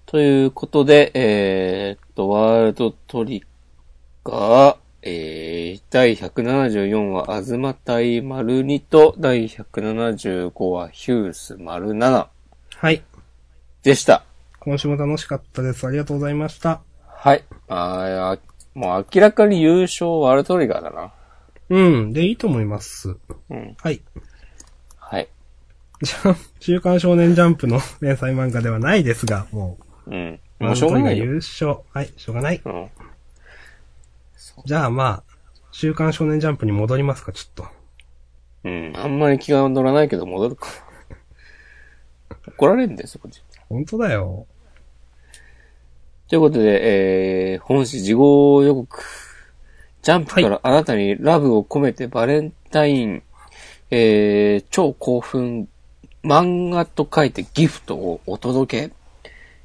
Speaker 1: ということで、えーっと、ワールドトリガー、えー、第174話、アズマ対丸2と、第175話、ヒュース丸7
Speaker 2: はい。
Speaker 1: でした。
Speaker 2: 今週も楽しかったです。ありがとうございました。
Speaker 1: はい。あーあもう明らかに優勝ワールドトリガーだな。
Speaker 2: うん。で、いいと思います。
Speaker 1: うん。
Speaker 2: はい。
Speaker 1: はい。
Speaker 2: じゃあ、 週刊少年ジャンプの 連載漫画ではないですが、も
Speaker 1: うん。
Speaker 2: う。
Speaker 1: もうしょうがないよ。
Speaker 2: 優勝。はい、しょうがない。
Speaker 1: うん。
Speaker 2: じゃあまあ、週刊少年ジャンプに戻りますか、ちょっと。
Speaker 1: うん。あんまり気が乗らないけど戻るかな。怒られるんだよ、そこで。
Speaker 2: 本当だよ。
Speaker 1: ということで、えー、本誌事後予告。ジャンプからあなたにラブを込めてバレンタイン、えー、超興奮、漫画と書いてギフトをお届け。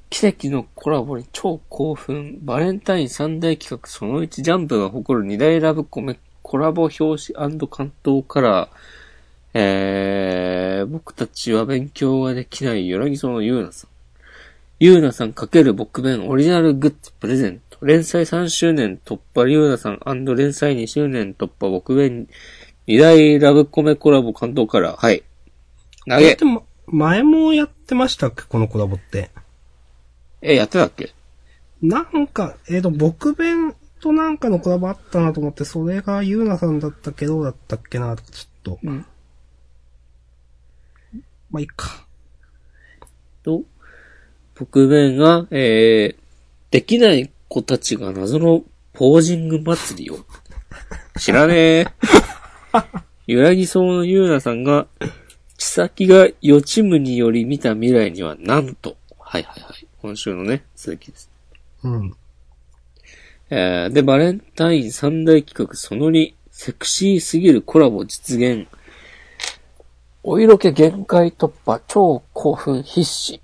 Speaker 1: 奇跡のコラボに超興奮、バレンタイン三大企画その1ジャンプが誇る二大ラブコメコラボ表紙関東カラー。えー、僕たちは勉強ができない、よらぎそのゆうなさん。ゆうなさん×僕弁オリジナルグッズプレゼント。連載3周年突破ゆうなさん連載2周年突破僕弁二大ラブコメコラボ関東カラー。はい。投
Speaker 2: これっ
Speaker 1: げ
Speaker 2: て。ま前もやってましたっけこのコラボって。
Speaker 1: え、やってたっけ
Speaker 2: なんか、えっ、と、僕弁となんかのコラボあったなと思って、それがゆうなさんだったけど、だったっけなとか、ちょっと。
Speaker 1: うん。
Speaker 2: まあ、いいか。
Speaker 1: と、僕弁が、えー、できない子たちが謎のポージング祭りを。知らねえ。揺らぎそうのゆうなさんが、ちさきが予知夢により見た未来にはなんと。はいはいはい。今週のね、続きです。
Speaker 2: うん。
Speaker 1: えーで、バレンタイン三大企画その2、セクシーすぎるコラボ実現。お色気限界突破、超興奮必至。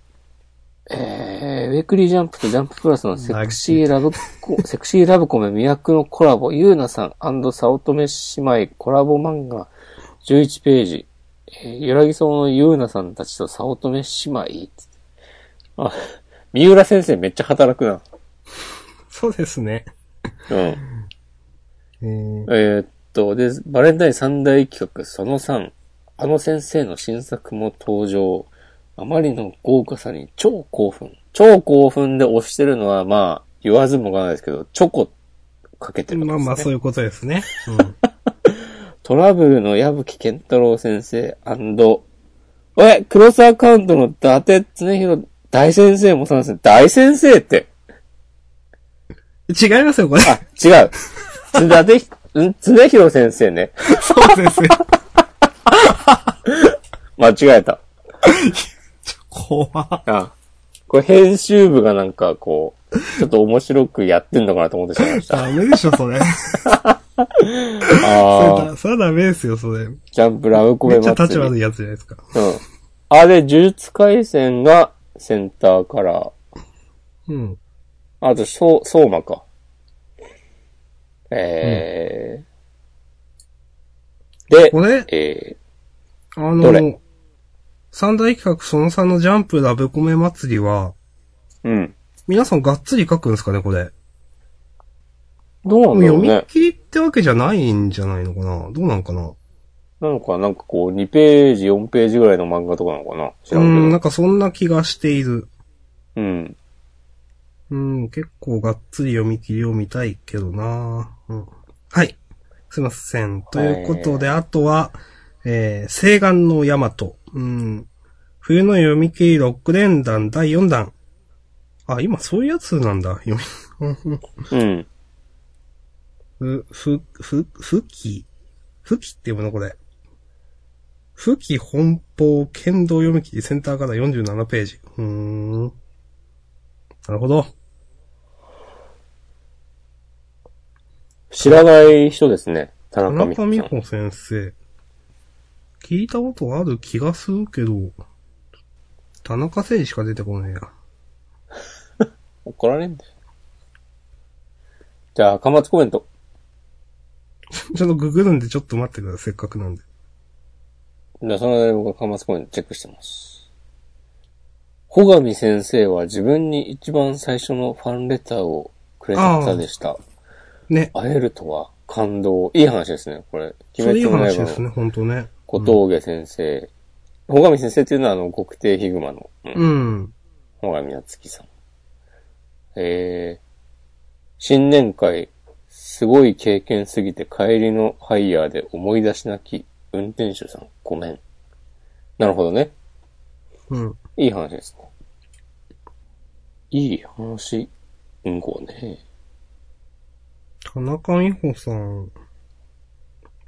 Speaker 1: えー、ウェクリージャンプとジャンププラスのセクシーラブコ、セクシーラブコメ魅惑のコラボ、ゆうなさん早乙女姉妹コラボ漫画11ページ。えー、ゆらぎそうのゆうなさんたちと早乙女姉妹。あ、三浦先生めっちゃ働くな。
Speaker 2: そうですね。
Speaker 1: うん。
Speaker 2: えー、
Speaker 1: えーっと、で、バレンタイン三大企画、その3。あの先生の新作も登場。あまりの豪華さに超興奮。超興奮で推してるのは、まあ、言わずもがなですけど、チョコかけてるわけ
Speaker 2: まあ
Speaker 1: です、ね。
Speaker 2: まあ、そういうことですね。
Speaker 1: トラブルの矢吹健太郎先生おえ、クロスアカウントの伊達常広大先生も参戦。大先生って。
Speaker 2: 違いますよ、これ。
Speaker 1: あ、違う。つだてひ、ん常広先生ね。
Speaker 2: そうですよ。
Speaker 1: 間違えた。
Speaker 2: 怖っ
Speaker 1: あこれ編集部がなんかこう、ちょっと面白くやってんのかなと思ってしまいました。
Speaker 2: ダメでしょ、それ。それ
Speaker 1: ああ、
Speaker 2: だそれはダメですよ、それ。
Speaker 1: ジャンプラブコ
Speaker 2: め
Speaker 1: メ
Speaker 2: っちゃ
Speaker 1: 祭
Speaker 2: 立
Speaker 1: り。
Speaker 2: 場
Speaker 1: うん
Speaker 2: 悪。いやつじゃないですか。
Speaker 1: あ、で、呪術回戦がセンターカラー。
Speaker 2: うん。
Speaker 1: あと、そう、相馬か。えー。で、
Speaker 2: これ、
Speaker 1: え
Speaker 2: あ
Speaker 1: ど
Speaker 2: の
Speaker 1: れ、
Speaker 2: 三大企画その3のジャンプラブコメ祭りは、
Speaker 1: ー、うん。
Speaker 2: 皆さんがっつり書くんですかね、これ。
Speaker 1: どうなんだろ
Speaker 2: 読
Speaker 1: う
Speaker 2: み
Speaker 1: ね。
Speaker 2: 切りってわけじゃないんじゃないのかなどうなんかな
Speaker 1: なんか、なんかこう、2ページ、4ページぐらいの漫画とかなのかな知
Speaker 2: う
Speaker 1: らん
Speaker 2: ん、な
Speaker 1: け
Speaker 2: んかそんな気がしている。
Speaker 1: ど。うん。
Speaker 2: うん、結構がっつり読み切りを見たいけどなうん。はい。すいません。ということで、あとは、えー、西岸のヤマト。うん。冬の読み切り6連弾第4弾。あ、今そういうやつなんだ。読み、
Speaker 1: うん。
Speaker 2: ふ、ふ、ふ、ふき、ふきって読むのこれ。ふき本邦剣道読み切りセンターから47ページ。うーん。なるほど。
Speaker 1: 知らない人ですね。田
Speaker 2: 田
Speaker 1: 中美
Speaker 2: 中
Speaker 1: 穂
Speaker 2: 美
Speaker 1: さん。
Speaker 2: 穂先生。聞いたことある気がするけど、田中誠司しか出てこないや。
Speaker 1: 怒られんだよ。じゃあ、巻末コメント。
Speaker 2: ちょっとググるんでちょっと待ってください。せっかくなんで。
Speaker 1: じゃあ、その間に僕は巻末コメントチェックしてます。穂上先生は自分に一番最初のファンレターをくれた方でした。
Speaker 2: ね。
Speaker 1: 会えるとは感動。いい話ですね、これ。
Speaker 2: それいい
Speaker 1: の
Speaker 2: 話です
Speaker 1: の
Speaker 2: ね、ほんとね。
Speaker 1: 小峠先生。穂上先生っていうのは、あの、極低ヒグマの、うん
Speaker 2: うん。
Speaker 1: ほがみなつきさん。えー、新年会、すごい経験すぎて帰りのハイヤーで思い出し泣き、運転手さん、ごめん。なるほどね。
Speaker 2: うん。
Speaker 1: いい話ですね。いい話、うんこね。
Speaker 2: 田中美穂さん、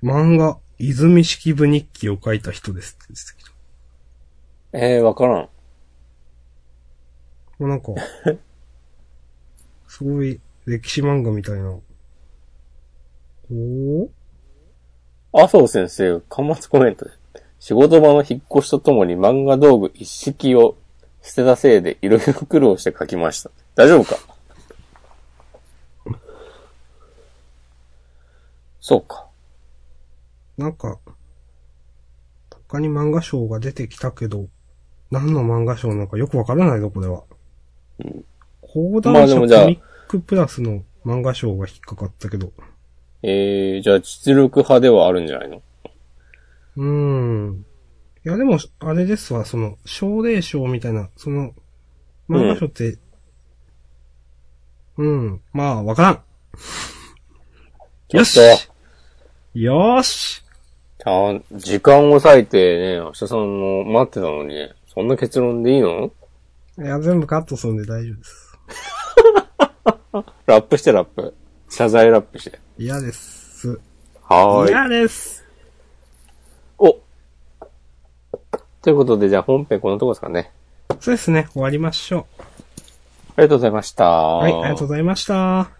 Speaker 2: 漫画、泉式部日記を書いた人ですって言ってたけ
Speaker 1: えー、わからん。
Speaker 2: ど。もうなんか、すごい、歴史漫画みたいな。おお
Speaker 1: 麻生先生、巻末コメントで。仕事場の引っ越しとともに漫画道具一式を捨てたせいでいろいろ苦労して書きました。大丈夫かそうか。
Speaker 2: なんか、他に漫画賞が出てきたけど、何の漫画賞なのかよくわからないぞ、これは。講
Speaker 1: まあで
Speaker 2: 談社コ
Speaker 1: も
Speaker 2: ミ
Speaker 1: じゃあ
Speaker 2: ックプラスの漫画賞が引っかかったけど。
Speaker 1: えー、じゃあ実力派ではあるんじゃないの
Speaker 2: うーん。いや、でも、あれですわ、その、奨励賞みたいな、その、漫画賞って、うん、まあ、わからん。
Speaker 1: ちょ
Speaker 2: よ
Speaker 1: っ
Speaker 2: し
Speaker 1: と、
Speaker 2: よーし
Speaker 1: ちゃん、時間を割いてね、明日さんも待ってたのにね、そんな結論でいいの
Speaker 2: いや、全部カットするんで大丈夫です。
Speaker 1: ラップしてラップ。謝罪ラップして。
Speaker 2: 嫌です。
Speaker 1: はーい。
Speaker 2: 嫌です。
Speaker 1: おということで、じゃあ本編こんなとこですかね。
Speaker 2: そうですね、終わりましょう。
Speaker 1: ありがとうございました。は
Speaker 2: はい、ありがとうございました。